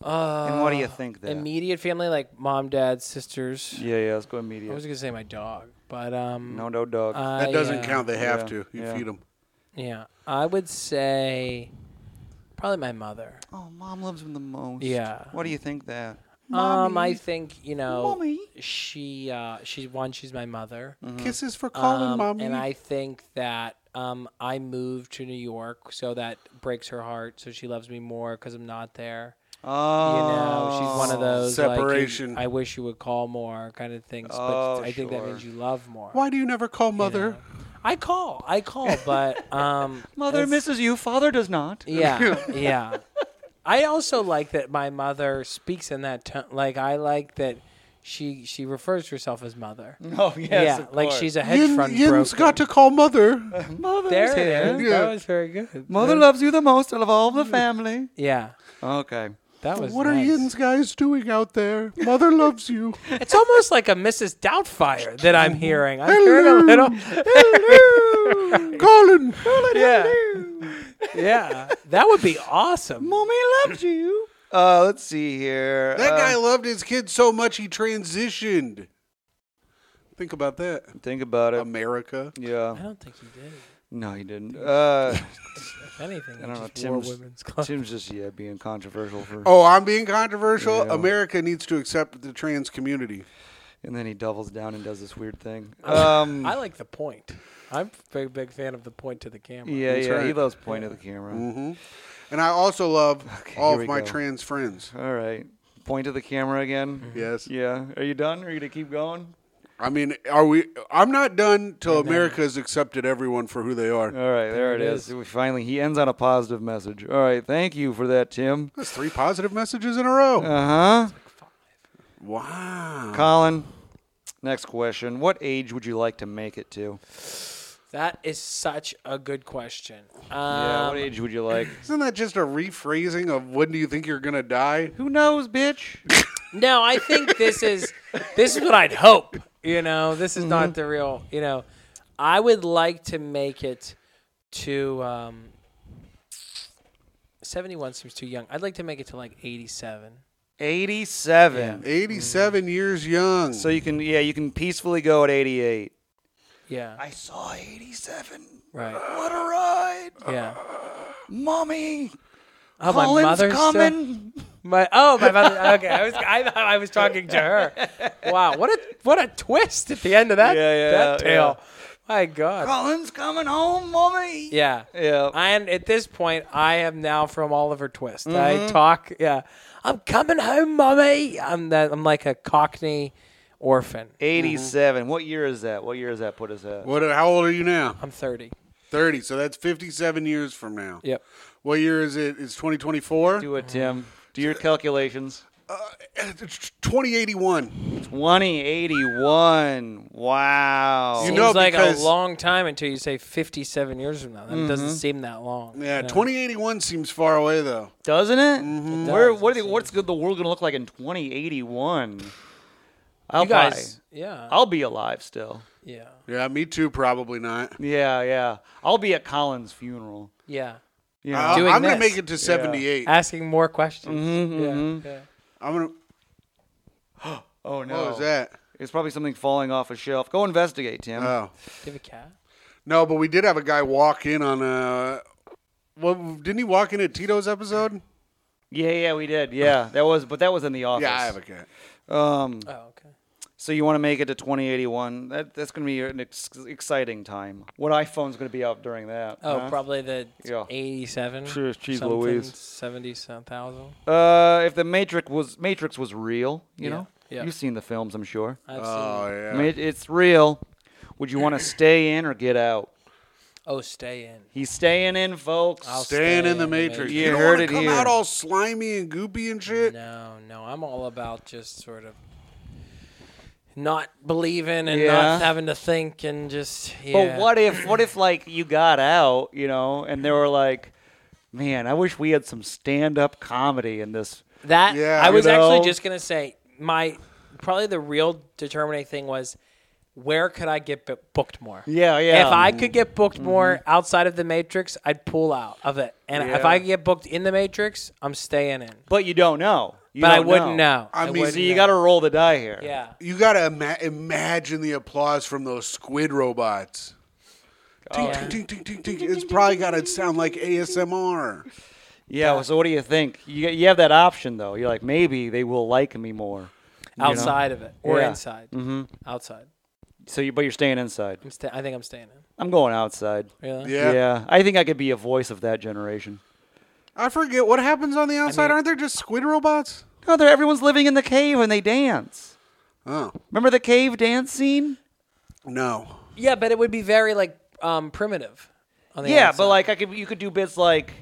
S3: Uh,
S1: And what do you think there?
S3: Immediate family, like mom, dad, sisters.
S1: yeah, yeah, let's go
S3: I
S1: immediate.
S3: was gonna say my dog, but um,
S1: No, no, dog.
S3: I,
S2: That doesn't
S3: uh,
S2: count. They have
S1: Yeah,
S2: to. You
S1: yeah.
S2: feed them.
S3: Yeah, I would say probably my mother.
S1: oh, mom loves him the most.
S3: Yeah.
S1: What do you think there?
S3: Um, I think you know
S1: Mommy. Mm-hmm.
S3: she uh, she's one. She's my mother.
S2: Kisses for Colin,
S3: Um,
S2: mommy.
S3: And I think that um, I moved to New York, so that breaks her heart. So she loves me more because I'm not there. You
S1: Oh,
S3: know, she's one of those like, you-
S2: Separation.
S3: I wish you would call more kind of things.
S1: Oh,
S3: but I think that means
S1: sure.
S3: you love more.
S2: Why do you never call
S3: you know?
S2: mother?
S3: I call, I call,
S1: [laughs]
S3: but um,
S1: Mother
S3: it's-
S1: misses you. Father does not.
S3: Yeah, yeah. I also like that my mother speaks in that tone. Like I like that she she refers to herself as mother.
S1: Oh, yes,
S3: yeah,
S1: of
S3: like
S1: course.
S3: she's a hedge
S2: Yin,
S3: fund
S2: Yin's
S3: broker.
S2: got to call mother.
S1: Mother's
S3: There
S1: here.
S3: it is.
S2: Yeah.
S3: That was very good.
S1: Mother loves you the most out of all
S3: [laughs]
S1: the family.
S3: Yeah,
S1: Okay.
S3: that was.
S2: What are
S3: nice.
S2: Yin's guys doing out there? Mother loves you.
S3: It's almost like a Mrs. Doubtfire that I'm hearing. I'm hearing
S1: [laughs]
S3: a little. [laughs]
S2: Colin.
S3: yeah, yeah. That would be awesome.
S1: Mommy loves you.
S2: [laughs]
S1: Uh, let's see here.
S2: That
S1: Uh,
S2: guy loved his kid so much he transitioned. Think about that.
S1: Think about it.
S2: America.
S1: yeah.
S3: I don't think he did.
S1: No, he didn't. Uh,
S3: If anything,
S1: I don't know.
S3: just wore
S1: Tim's,
S3: women's clothes.
S1: Tim's just yeah being controversial for,
S2: Oh, I'm being controversial.
S1: Yeah.
S2: America needs to accept the trans community.
S1: and then he doubles down and does this weird thing.
S2: Oh,
S1: Um,
S3: I like the point. I'm a big, big fan of the point to the camera.
S1: yeah,
S2: That's
S1: yeah. He
S2: right.
S1: loves pointing at the camera.
S2: Mm-hmm. And I also love all
S1: here
S2: of
S1: we
S2: my
S1: go. [laughs]
S2: trans friends.
S1: All right, point to the camera again.
S2: Yes.
S1: Yeah. Are you done? Are you gonna keep going?
S2: I mean, are we? I'm not done till America has accepted everyone for who they are.
S1: All right, there, it is. We finally, he ends on a positive message. All right, thank you for that, Tim.
S2: That's three positive messages in a row.
S1: Uh huh.
S2: wow.
S1: Colin, next question. What age would you like to make it to?
S3: That is such a good question. Um,
S1: yeah, what age would you like?
S2: Isn't that just a rephrasing of when do you think you're gonna die?
S1: [clears throat] Who knows, bitch?
S3: No, I think this is this is what I'd hope. You know, this is not the real. You know, I would like to make it to um, seventy-one seems too young. I'd like to make it to like eighty-seven.
S1: 87.
S2: 87 years young.
S1: So you can, yeah, you can peacefully go at 88.
S3: Yeah,
S1: I saw 87.
S3: right.
S1: What a ride.
S3: Yeah.
S1: Mommy.
S3: Oh,
S1: Colin's
S3: my mother's still-
S1: coming.
S3: my oh, my mother. Okay, I was I, thought I was talking to her. Wow, what a what a twist at the end of that
S1: Yeah, yeah,
S3: that tale.
S1: yeah.
S3: My God.
S1: Colin's coming home, mommy.
S3: Yeah.
S1: Yeah.
S3: And at this point, I am now from Oliver Twist. I talk, yeah. I'm coming home, mommy. I'm that. I'm like a Cockney orphan.
S1: 87. What year is that? What year is that put us at?
S2: what? How old are you now?
S3: I'm 30.
S2: 30. So that's 57 years from now.
S3: Yep.
S2: What year is it? It's 2024.
S1: Do it, Tim. Do your calculations.
S2: Uh, It's 2081.
S1: 2081. Wow.
S2: You
S3: Seems
S2: know,
S3: like a
S2: because-
S3: long time until you say 57 years from now. That doesn't seem that long.
S2: Yeah, 2081 seems far away though.
S1: Doesn't it?
S3: Mm-hmm. It
S1: Where,
S3: does,
S1: what
S3: it
S1: are the, what's good, the world going to look like in 2081? I'll
S3: You guys,
S1: die.
S3: yeah,
S1: I'll be alive still.
S3: yeah,
S2: Yeah, me too. Probably not.
S1: Yeah, yeah. I'll be at Colin's funeral.
S3: yeah.
S1: Yeah.
S2: Uh,
S3: Doing
S2: I'm gonna
S3: this.
S2: make it to 78.
S3: Asking more questions.
S1: Mm-hmm,
S3: Yeah, yeah.
S2: I'm gonna.
S1: oh no.
S2: What was that?
S1: It's probably something falling off a shelf. Go investigate, Tim.
S2: Oh
S3: Do you have a cat?
S2: no, but we did have a guy walk in on uh Well, didn't he walk in at Tito's episode?
S1: yeah, yeah, we did.
S2: [laughs]
S1: Yeah, that was, but that was in the office.
S2: Yeah, I have a cat.
S1: Um,
S3: Oh, okay.
S1: so you want to make it to 2081? That that's going to be an ex- exciting time. What iPhone's going to be out during that?
S3: Oh,
S1: huh?
S3: probably the
S1: Yeah.
S3: 87.
S1: Sure, geez
S3: something,
S1: Louise.
S3: 70 some thousand.
S1: Uh, if the Matrix was Matrix was real, you
S3: Yeah,
S1: know,
S3: yeah.
S1: you've seen the films, I'm sure.
S3: I've seen
S2: Oh
S1: I
S2: yeah.
S1: mean, it, it's real. Would you want to stay in or get out?
S3: Oh, stay in.
S1: He's staying in, folks.
S3: I'll
S2: Staying
S3: stay
S2: in the matrix.
S1: You
S2: You, don't
S1: heard
S2: wanna
S1: it
S2: come
S1: here.
S2: out all slimy and goopy and shit.
S3: No, no, I'm all about just sort of not believing and
S1: Yeah.
S3: not having to think and just. Yeah.
S1: But what if, what if like you got out, you know, and they were like, man, I wish we had some stand-up comedy in this.
S3: That
S2: Yeah.
S3: I
S2: You
S3: was
S1: know?
S3: actually just gonna say my probably the real determining thing was where could I get bu- booked more.
S1: Yeah, yeah. Mm-hmm.
S3: If I could get booked more outside of the Matrix, I'd pull out of it. And if
S1: Yeah.
S3: I could get booked in the Matrix, I'm staying in.
S1: but you don't know. You
S3: but I
S1: don't
S3: wouldn't know.
S2: I mean,
S3: wouldn't
S1: So you
S3: know.
S1: got to roll the die here.
S3: Yeah.
S2: You gotta ima- imagine the applause from those squid robots. Ting,
S3: Yeah.
S2: ting, ting, ting, ting, ting. It's probably gotta sound like ASMR.
S1: Yeah. well, so what do you think? You you have that option though. You're like, maybe they will like me more. you know?
S3: Outside of it or
S1: Yeah. Mm-hmm.
S3: inside. Outside.
S1: So, you, but you're staying inside.
S3: I'm sta- I think I'm staying in.
S1: I'm going outside.
S3: Really?
S2: Yeah.
S1: I think I could be a voice of that generation.
S2: I forget what happens on the outside. Aren't there just squid robots?
S1: No, they're everyone's living in the cave and they dance.
S2: Oh
S1: Remember the cave dance scene?
S2: no.
S3: Yeah, but it would be very like um, primitive. On the
S1: Yeah,
S3: outside.
S1: but like I could, you could do bits like,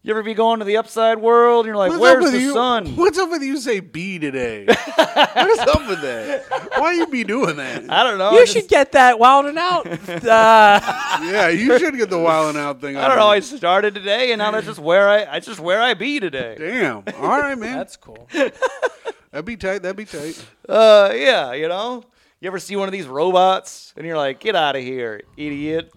S1: you ever be going to the upside world? And you're like,
S2: What's up
S1: where's
S2: with
S1: the
S2: you?
S1: sun?
S2: What's up with you say B
S3: [laughs]
S2: today? what is up with that? Why you be doing that?
S1: I don't know.
S3: you
S1: I just-
S3: should get that wild
S1: [laughs]
S3: and out. [laughs] uh,
S2: Yeah, you should get the wilding out thing.
S1: I don't know. I started today, and now that's just where I. That's just where I be today.
S2: Damn. All right, man.
S3: that's cool.
S2: That'd be tight. That'd be tight.
S1: Uh, yeah, you know. You ever see one of these robots, and you're like, get out of here, idiot.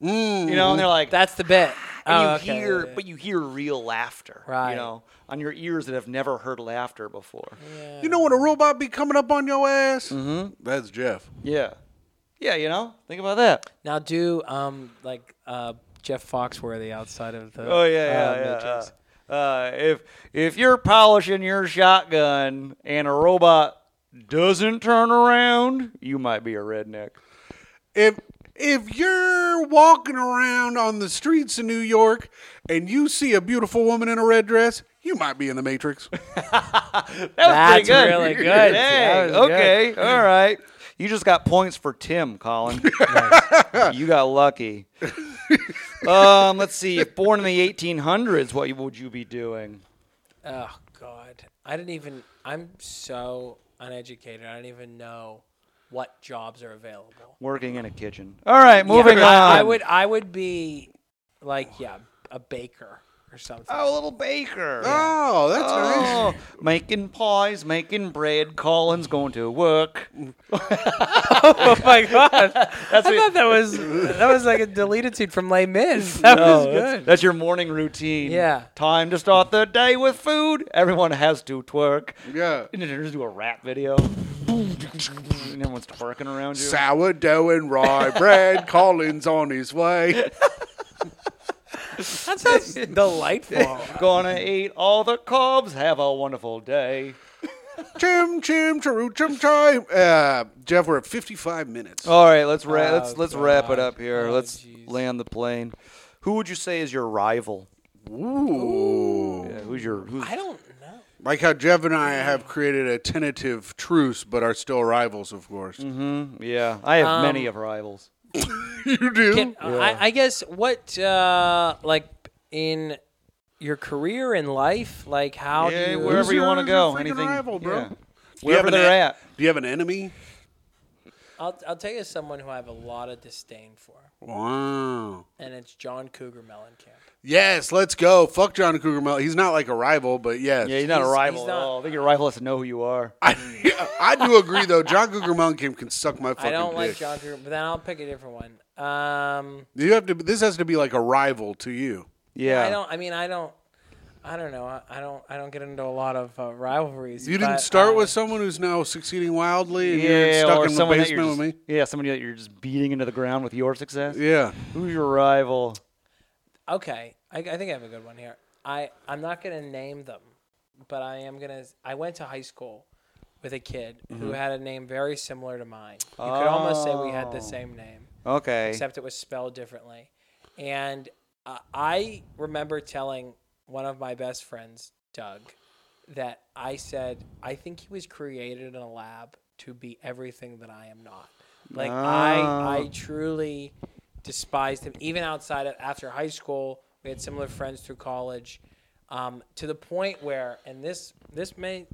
S2: Mm.
S1: You know, and they're like,
S3: That's the bit.
S1: [laughs] and
S3: Oh,
S1: you
S3: okay,
S1: hear,
S3: yeah, yeah.
S1: but you hear real laughter.
S3: Right.
S1: You know, on your ears that have never heard laughter before.
S2: You know when a robot be coming up on your ass? Mm-hmm. That's Jeff.
S1: Yeah. Yeah, you know, think about that.
S3: Now do um like uh Jeff Foxworthy outside of the
S1: Oh yeah, yeah,
S3: uh,
S1: yeah.
S3: midgets.
S1: uh, uh, if if you're polishing your shotgun and a robot doesn't turn around, you might be a redneck.
S2: If if you're walking around on the streets of New York and you see a beautiful woman in a red dress, you might be in the Matrix.
S1: That was pretty
S3: That's
S1: good.
S3: really good. That
S1: Dang,
S3: was good.
S1: okay, all right. You just got points for Tim,
S3: [laughs]
S1: Colin. [laughs] you got lucky. um, let's see. If born in the 1800s, what would you be doing?
S3: Oh God, I didn't even. I'm so uneducated. I don't even know what jobs are available.
S1: Working in a kitchen. All right, moving
S3: Yeah,
S1: on.
S3: I, I would. I would be like yeah, a baker or something.
S1: Oh, [laughs] a little
S3: [laughs]
S1: baker.
S2: [laughs] Oh, that's nice.
S1: Oh, making pies, making bread. Colin's going to work.
S3: Oh my [laughs] God, I
S1: what-
S3: thought [laughs] that was that was like a deleted scene from Les [laughs] Mis. That was
S1: that's,
S3: good.
S1: that's your morning routine.
S3: Oh, Yeah.
S1: Time to start the day with food. Everyone has to twerk.
S2: Yeah.
S1: And then just do a rap video. and everyone's twerking around you.
S2: Sourdough and rye [laughs] bread. Colin's on his way.
S3: That sounds [laughs] delightful.
S1: Gonna eat all the carbs. Have a wonderful day.
S2: Chim chim chiroo chim chime. Uh, Jeff, we're at 55 minutes.
S1: All right, let's wrap. let's
S3: Oh,
S1: let's wrap it
S3: God.
S1: up here.
S3: Oh,
S1: let's
S3: jeez.
S1: land the plane. Who would you say is your rival?
S2: Ooh.
S1: Yeah, who's your who's
S3: I don't know.
S2: Like how Jeff and I have created a tentative truce, but are still rivals, of course.
S1: Yeah, I have many of rivals.
S2: You [laughs] do?
S3: Can, uh, I, I guess what uh, like in your career in life, like how
S1: Yeah,
S3: do you,
S1: wherever
S2: Who's
S1: you
S2: your-
S1: want to
S2: who's
S1: go.
S2: your freaking
S1: Anything,
S2: rival, bro?
S1: yeah.
S2: Do Do you have
S1: Wherever
S2: an
S1: they're
S2: en-
S1: at.
S2: Do you have an enemy?
S3: I'll, I'll tell you someone who I have a lot of disdain for,
S2: Wow.
S3: and it's John Cougar Mellencamp.
S2: Yes, let's go. Fuck John Cougar Mel. He's not like a rival, but yes.
S1: Yeah, he's not a
S3: He's-
S1: rival
S3: he's
S1: at
S3: not-
S1: all. I think your rival has to know who you are.
S2: [laughs] I, I do agree though. John Cougar Mellencamp can suck my fucking
S3: I don't like
S2: dick.
S3: John Cougar, but then I'll pick a different one. Um,
S2: You have to. This has to be like a rival to you.
S1: Yeah.
S3: I don't. I mean, I don't. I don't know. I, I don't. I don't get into a lot of uh, rivalries.
S2: You didn't
S3: but,
S2: start
S3: uh,
S2: with someone who's now succeeding wildly, and you're
S1: yeah,
S2: stuck
S1: or
S2: in the
S1: someone that you're
S2: basement
S1: just,
S2: with me.
S1: Yeah, somebody that you're just beating into the ground with your success.
S2: Yeah.
S1: Who's your rival?
S3: Okay, I, I think I have a good one here. I I'm not gonna name them, but I am gonna. I went to high school with a kid who had a name very similar to mine. You could almost say we had the same name,
S1: Okay.
S3: except it was spelled differently. And uh, I remember telling one of my best friends, Doug, that I said I think he was created in a lab to be everything that I am not. Like I I truly despised him even outside of after high school. We had similar friends through college, um, to the point where, and this this may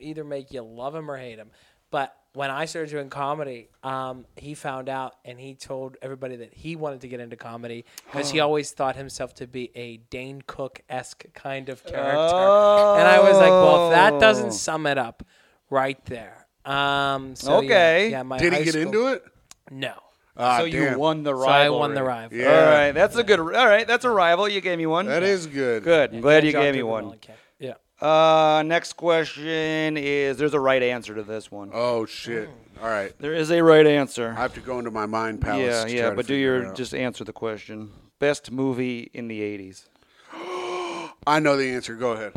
S3: either make you love him or hate him, but when I started doing comedy, um, he found out and he told everybody that he wanted to get into comedy because he always thought himself to be a Dane Cook esque kind of character. And I was like, well, if that
S1: Oh.
S3: doesn't sum it up right there. Um, so yeah,
S1: Okay.
S3: Yeah, my
S2: Did
S3: high
S2: he get
S3: school-
S2: into it?
S3: No.
S2: Ah,
S1: so you
S2: damn.
S1: won the rival.
S3: So I won the rival.
S2: Yeah.
S1: All right, that's a good. All right, that's a rival. You gave me one.
S2: That is good.
S1: good. I'm glad you
S3: John
S1: gave me
S3: Cougar
S1: one.
S3: Mellencamp. Yeah.
S1: Uh, next question is: There's a right answer to this one.
S2: Oh shit. All right.
S1: There is a right answer.
S2: I have to go into my mind palace.
S1: yeah,
S2: to
S1: yeah,
S2: try to
S1: but do
S2: figure it
S1: your
S2: out.
S1: just answer the question. Best movie in the 80s.
S2: I know the answer. Go ahead.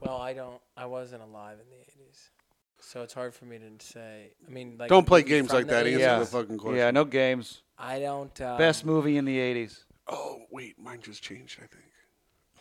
S3: Well, I don't. I wasn't alive in the eighties, so it's hard for me to say. I mean, like
S2: Don't play
S3: movies
S2: games
S3: from
S2: like
S3: the
S2: that. Answer
S3: 80s.
S2: Yeah.
S1: Yeah.
S2: the fucking question.
S1: Yeah, no games.
S3: I don't. Um,
S1: Best movie in the 80s.
S2: Oh wait, mine just changed. I think.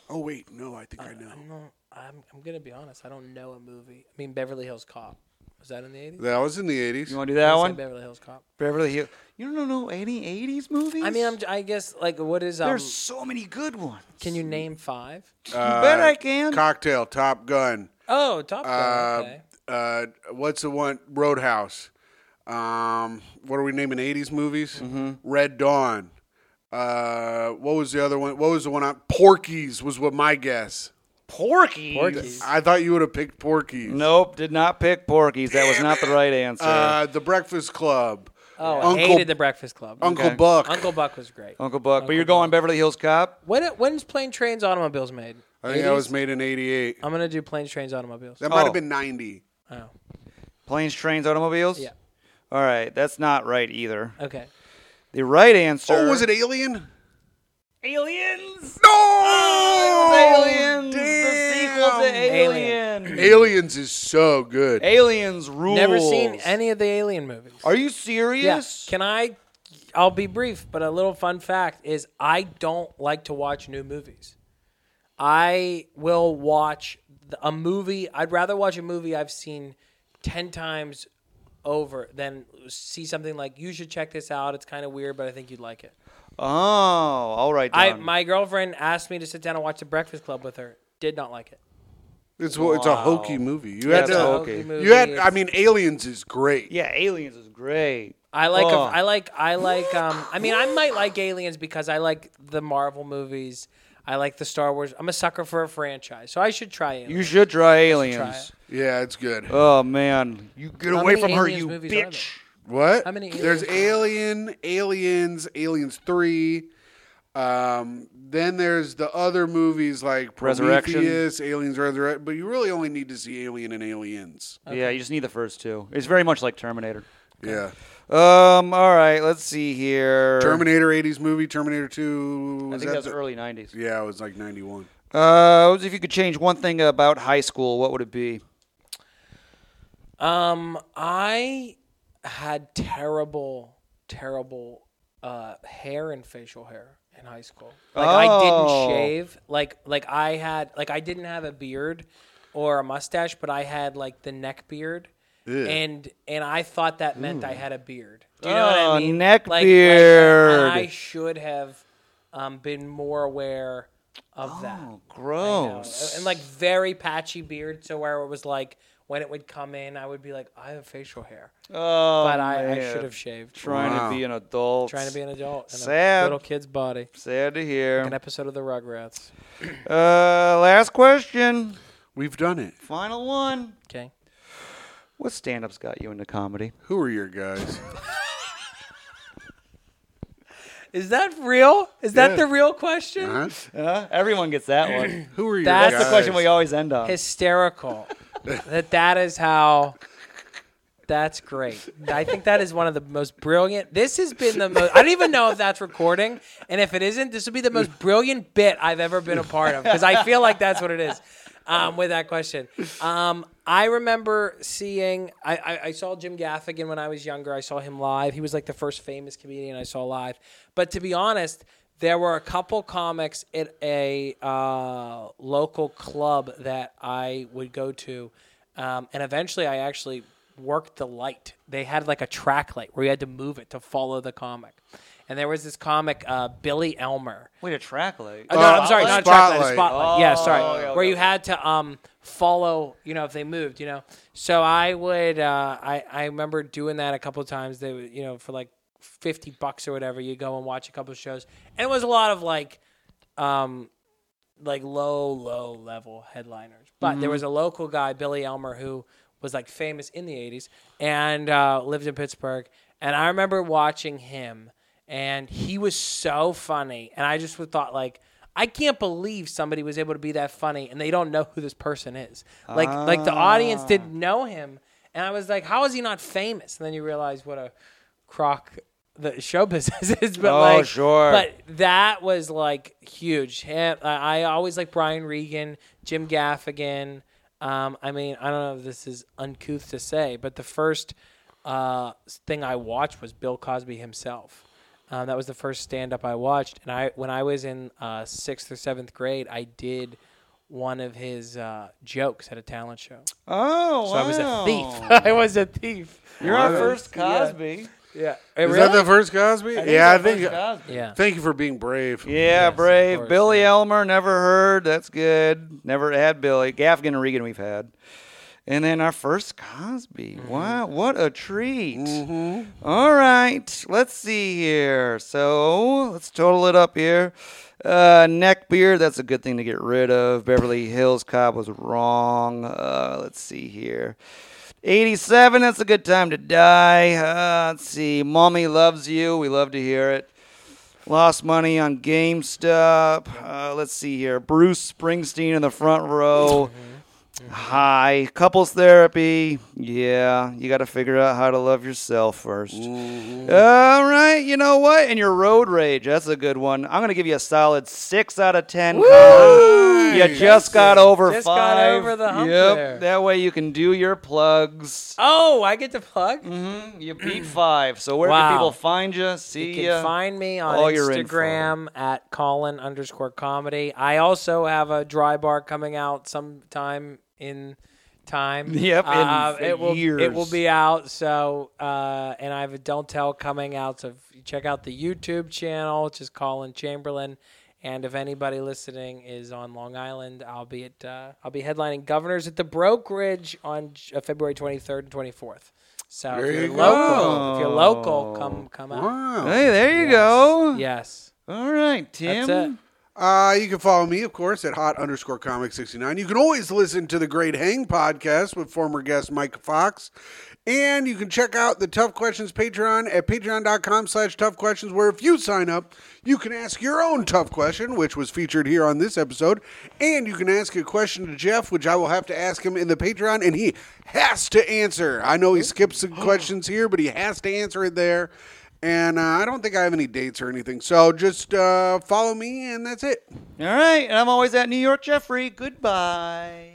S2: Oh wait, no, I think I know.
S3: I'm, not- I'm. I'm gonna be honest. I don't know a movie. I mean, Beverly Hills Cop. Was that in the eighties?
S2: That was in the eighties.
S1: You want to do that one?
S3: Beverly Hills Cop.
S1: Beverly Hills. You don't know any 80s movies?
S3: I mean, I'm. I guess like what is um?
S1: There's so many good ones.
S3: Can you name five?
S2: Uh,
S1: you bet I can.
S2: Cocktail, Top Gun.
S3: Oh, Top Gun.
S2: Uh,
S3: okay.
S2: uh, what's the one? Roadhouse. Um, what are we naming eighties movies?
S3: Mm-hmm.
S2: Red Dawn. Uh, what was the other one? What was the one? I, Porky's was what my guess.
S1: Porky.
S3: Porky's.
S2: I thought you would have picked Porky's.
S1: Nope, did not pick Porky's. That was not the right answer.
S2: Uh, the Breakfast Club.
S3: Oh, I
S2: Uncle-
S3: hated The Breakfast Club.
S2: Uncle
S1: Okay.
S2: Buck.
S3: Uncle Buck was great.
S1: Uncle Buck. but you're going Beverly Hills Cop?
S3: When when's Plane Trains Automobiles made?
S2: I think that was made in '88.
S3: I'm gonna do Planes Trains Automobiles.
S2: That might
S1: Oh.
S2: have been '90.
S3: Oh,
S1: Planes, Trains, Automobiles?
S3: Yeah.
S1: All right, that's not right either.
S3: Okay.
S1: The right answer.
S2: Oh, was it Alien?
S1: Aliens?
S2: No!
S1: Aliens. The sequel to
S2: damn.
S1: Alien.
S2: Aliens is so good.
S1: Aliens rules.
S3: Never seen any of the Alien movies.
S1: Are you serious?
S3: Yeah. Can I? I'll be brief, but a little fun fact is I don't like to watch new movies. I will watch th- a movie. I'd rather watch a movie I've seen 10 times over than see something like, you should check this out. It's kind of weird, but I think you'd like it.
S1: Oh, all right.
S3: I,
S1: Don.
S3: my girlfriend asked me to sit down and watch The Breakfast Club with her. Did not like it.
S2: It's well, it's a hokey movie. You
S1: Yeah, it's
S2: had
S1: a
S2: to.
S3: It's a
S1: hokey.
S3: hokey movie.
S2: You had. I
S3: It's-
S2: mean, Aliens is great.
S1: yeah, Aliens is great.
S3: I like,
S1: Oh.
S3: I like, I like. Um, I mean, I might like Aliens because I like the Marvel movies. I like the Star Wars. I'm a sucker for a franchise, so I should try Aliens.
S1: You should try Aliens.
S2: Yeah, it's good.
S1: Oh man, you get
S3: How
S1: away
S3: many
S1: from her,
S3: Aliens
S1: you
S3: movies are
S1: bitch.
S2: What?
S3: How many
S2: There's Alien, Aliens, Aliens Three. Um, then there's the other movies like
S1: Resurrection.
S2: Prometheus, Aliens Resurrection. But you really only need to see Alien and Aliens.
S1: Yeah, you just need the first two. It's very much like Terminator.
S2: Yeah.
S1: Um, all right, let's see here.
S2: Terminator '80s movie, Terminator Two.
S1: I
S2: Was
S1: think
S2: that
S1: that's
S2: the-
S1: early '90s.
S2: Yeah, it was like '91.
S1: Uh, if you could change one thing about high school, what would it be?
S3: Um, I had terrible, terrible uh, hair and facial hair in high school. Like I
S1: Oh.
S3: didn't shave. Like like I had like I didn't have a beard or a mustache, but I had like the neck beard.
S2: Ew.
S3: And and I thought that meant I had a beard. Do you know what
S1: Hmm. Oh,
S3: I mean?
S1: neck
S3: like,
S1: beard.
S3: Like, I should have um, been more aware of that
S1: Oh,
S3: know,
S1: gross.
S3: and like very patchy beard, so where it was like when it would come in, I would be like, I have facial hair,
S1: Oh,
S3: but I, I
S1: man.
S3: should have shaved.
S1: Trying
S2: Wow.
S1: to be an adult.
S3: Trying to be an adult in
S1: Sad.
S3: a little kid's body.
S1: Sad to hear.
S3: An episode of the Rugrats.
S1: Uh, last question.
S2: We've done it.
S1: Final one.
S3: Okay.
S1: What stand up's got you into comedy?
S2: Who are your guys?
S3: Is that real? Is that
S2: Yeah.
S3: the real question?
S2: Huh?
S1: Uh, everyone gets that one.
S2: Who are your guys?
S3: That's
S1: That's the question we always end on.
S3: Hysterical. [laughs] that that is how. That's great. I think that is one of the most brilliant. This has been the most. I don't even know if that's recording, and if it isn't, this will be the most brilliant bit I've ever been a part of because I feel like that's what it is. Um, with that question, um, I remember seeing. I, I, I saw Jim Gaffigan when I was younger. I saw him live. He was like the first famous comedian I saw live. But to be honest, there were a couple comics at a uh, local club that I would go to, um, and eventually I actually worked the light. They had like a track light where you had to move it to follow the comic, and there was this comic uh, Billy Elmer.
S1: Wait, a track light.
S3: Oh, no, I'm sorry, not a track light,
S2: Spotlight.
S3: a spotlight. yeah, sorry,
S1: Oh, okay, okay,
S3: where you
S1: okay.
S3: had to um follow, you know, if they moved, you know. So I would, uh, I I remember doing that a couple of times. They, would, you know, for like fifty bucks or whatever, you go and watch a couple of shows, and it was a lot of like, um, like low, low level headliners. But
S1: Mm-hmm.
S3: there was a local guy, Billy Elmer, who was like famous in the 80s and uh, lived in Pittsburgh. And I remember watching him, and he was so funny. And I just would thought, like, I can't believe somebody was able to be that funny, and they don't know who this person is. Like, like the
S1: Ah.
S3: audience didn't know him, and I was like, "How is he not famous?" And then you realize what a crock the show business [laughs] is. But
S1: Oh,
S3: like,
S1: sure.
S3: but that was like huge. Him, I I always like Brian Regan, Jim Gaffigan. Um, I mean, I don't know if this is uncouth to say, but the first uh, thing I watched was Bill Cosby himself. Um, that was the first stand up I watched, and I when I was in uh, sixth or seventh grade, I did one of his uh, jokes at a talent show.
S1: Oh,
S3: So I was a
S1: wow.
S3: thief. [laughs] I was a thief.
S1: You're our first Cosby.
S3: Yeah.
S2: Is that the first Cosby? yeah, I think.
S1: Cosby.
S3: yeah.
S2: Thank you for being brave.
S1: Yeah,
S3: of
S1: brave.
S3: course,
S1: Billy Elmer, never heard. That's good. Never had Billy. Gaffigan and Regan, we've had. And then our first Cosby. Wow, what a treat.
S2: Mm-hmm.
S1: All right, let's see here. So let's total it up here. Uh, neck beard, that's a good thing to get rid of. Beverly Hills Cop was wrong. Uh, let's see here. 87, that's a good time to die. Uh, let's see. Mommy loves you. We love to hear it. Lost money on GameStop. Uh, let's see here. Bruce Springsteen in the front row. Hi, couples therapy. Yeah, you got to figure out how to love yourself 1st All right, you know what? And your road rage, that's a good one. I'm going to give you a solid 6 out of 10. Colin. You
S2: Nice.
S1: just got over
S3: Just
S1: 5.
S3: got over the hump
S1: yep,
S3: there.
S1: that way you can do your plugs.
S3: Oh, I get to plug.
S1: Mhm, You beat 5. So where
S3: Uh, Wow.
S1: can people find you? See
S3: You can
S1: ya?
S3: find me on
S1: all your info.
S3: Instagram at Colin underscore comedy. I also have a dry bar coming out sometime in time.
S1: [laughs] Yep, in
S3: Uh,
S1: f-
S3: it will it will
S1: years.
S3: be out. So uh, and I have a Don't Tell coming out. So if you check out the YouTube channel, which is Colin Chamberlain. And if anybody listening is on Long Island, I'll be at uh, I'll be headlining Governors at the Brokerage on J- uh, February 23rd and 24th. So
S2: There
S3: if you're
S2: you go.
S3: local, if you're local, come come out.
S2: Wow.
S1: Hey, there you go.
S3: Yes.
S1: All right, Tim.
S3: That's it.
S2: Uh, you can follow me, of course, at hot underscore comic 69. You can always listen to the Great Hang podcast with former guest Mike Fox. And you can check out the Tough Questions Patreon at patreon.com slash tough questions, where if you sign up, you can ask your own tough question, which was featured here on this episode. And you can ask a question to Jeff, which I will have to ask him in the Patreon, and he has to answer. I know he skips some questions here, but he has to answer it there. And uh, I don't think I have any dates or anything. So just uh, follow me, and that's it.
S1: All right, and I'm always at New York Jeffrey. Goodbye.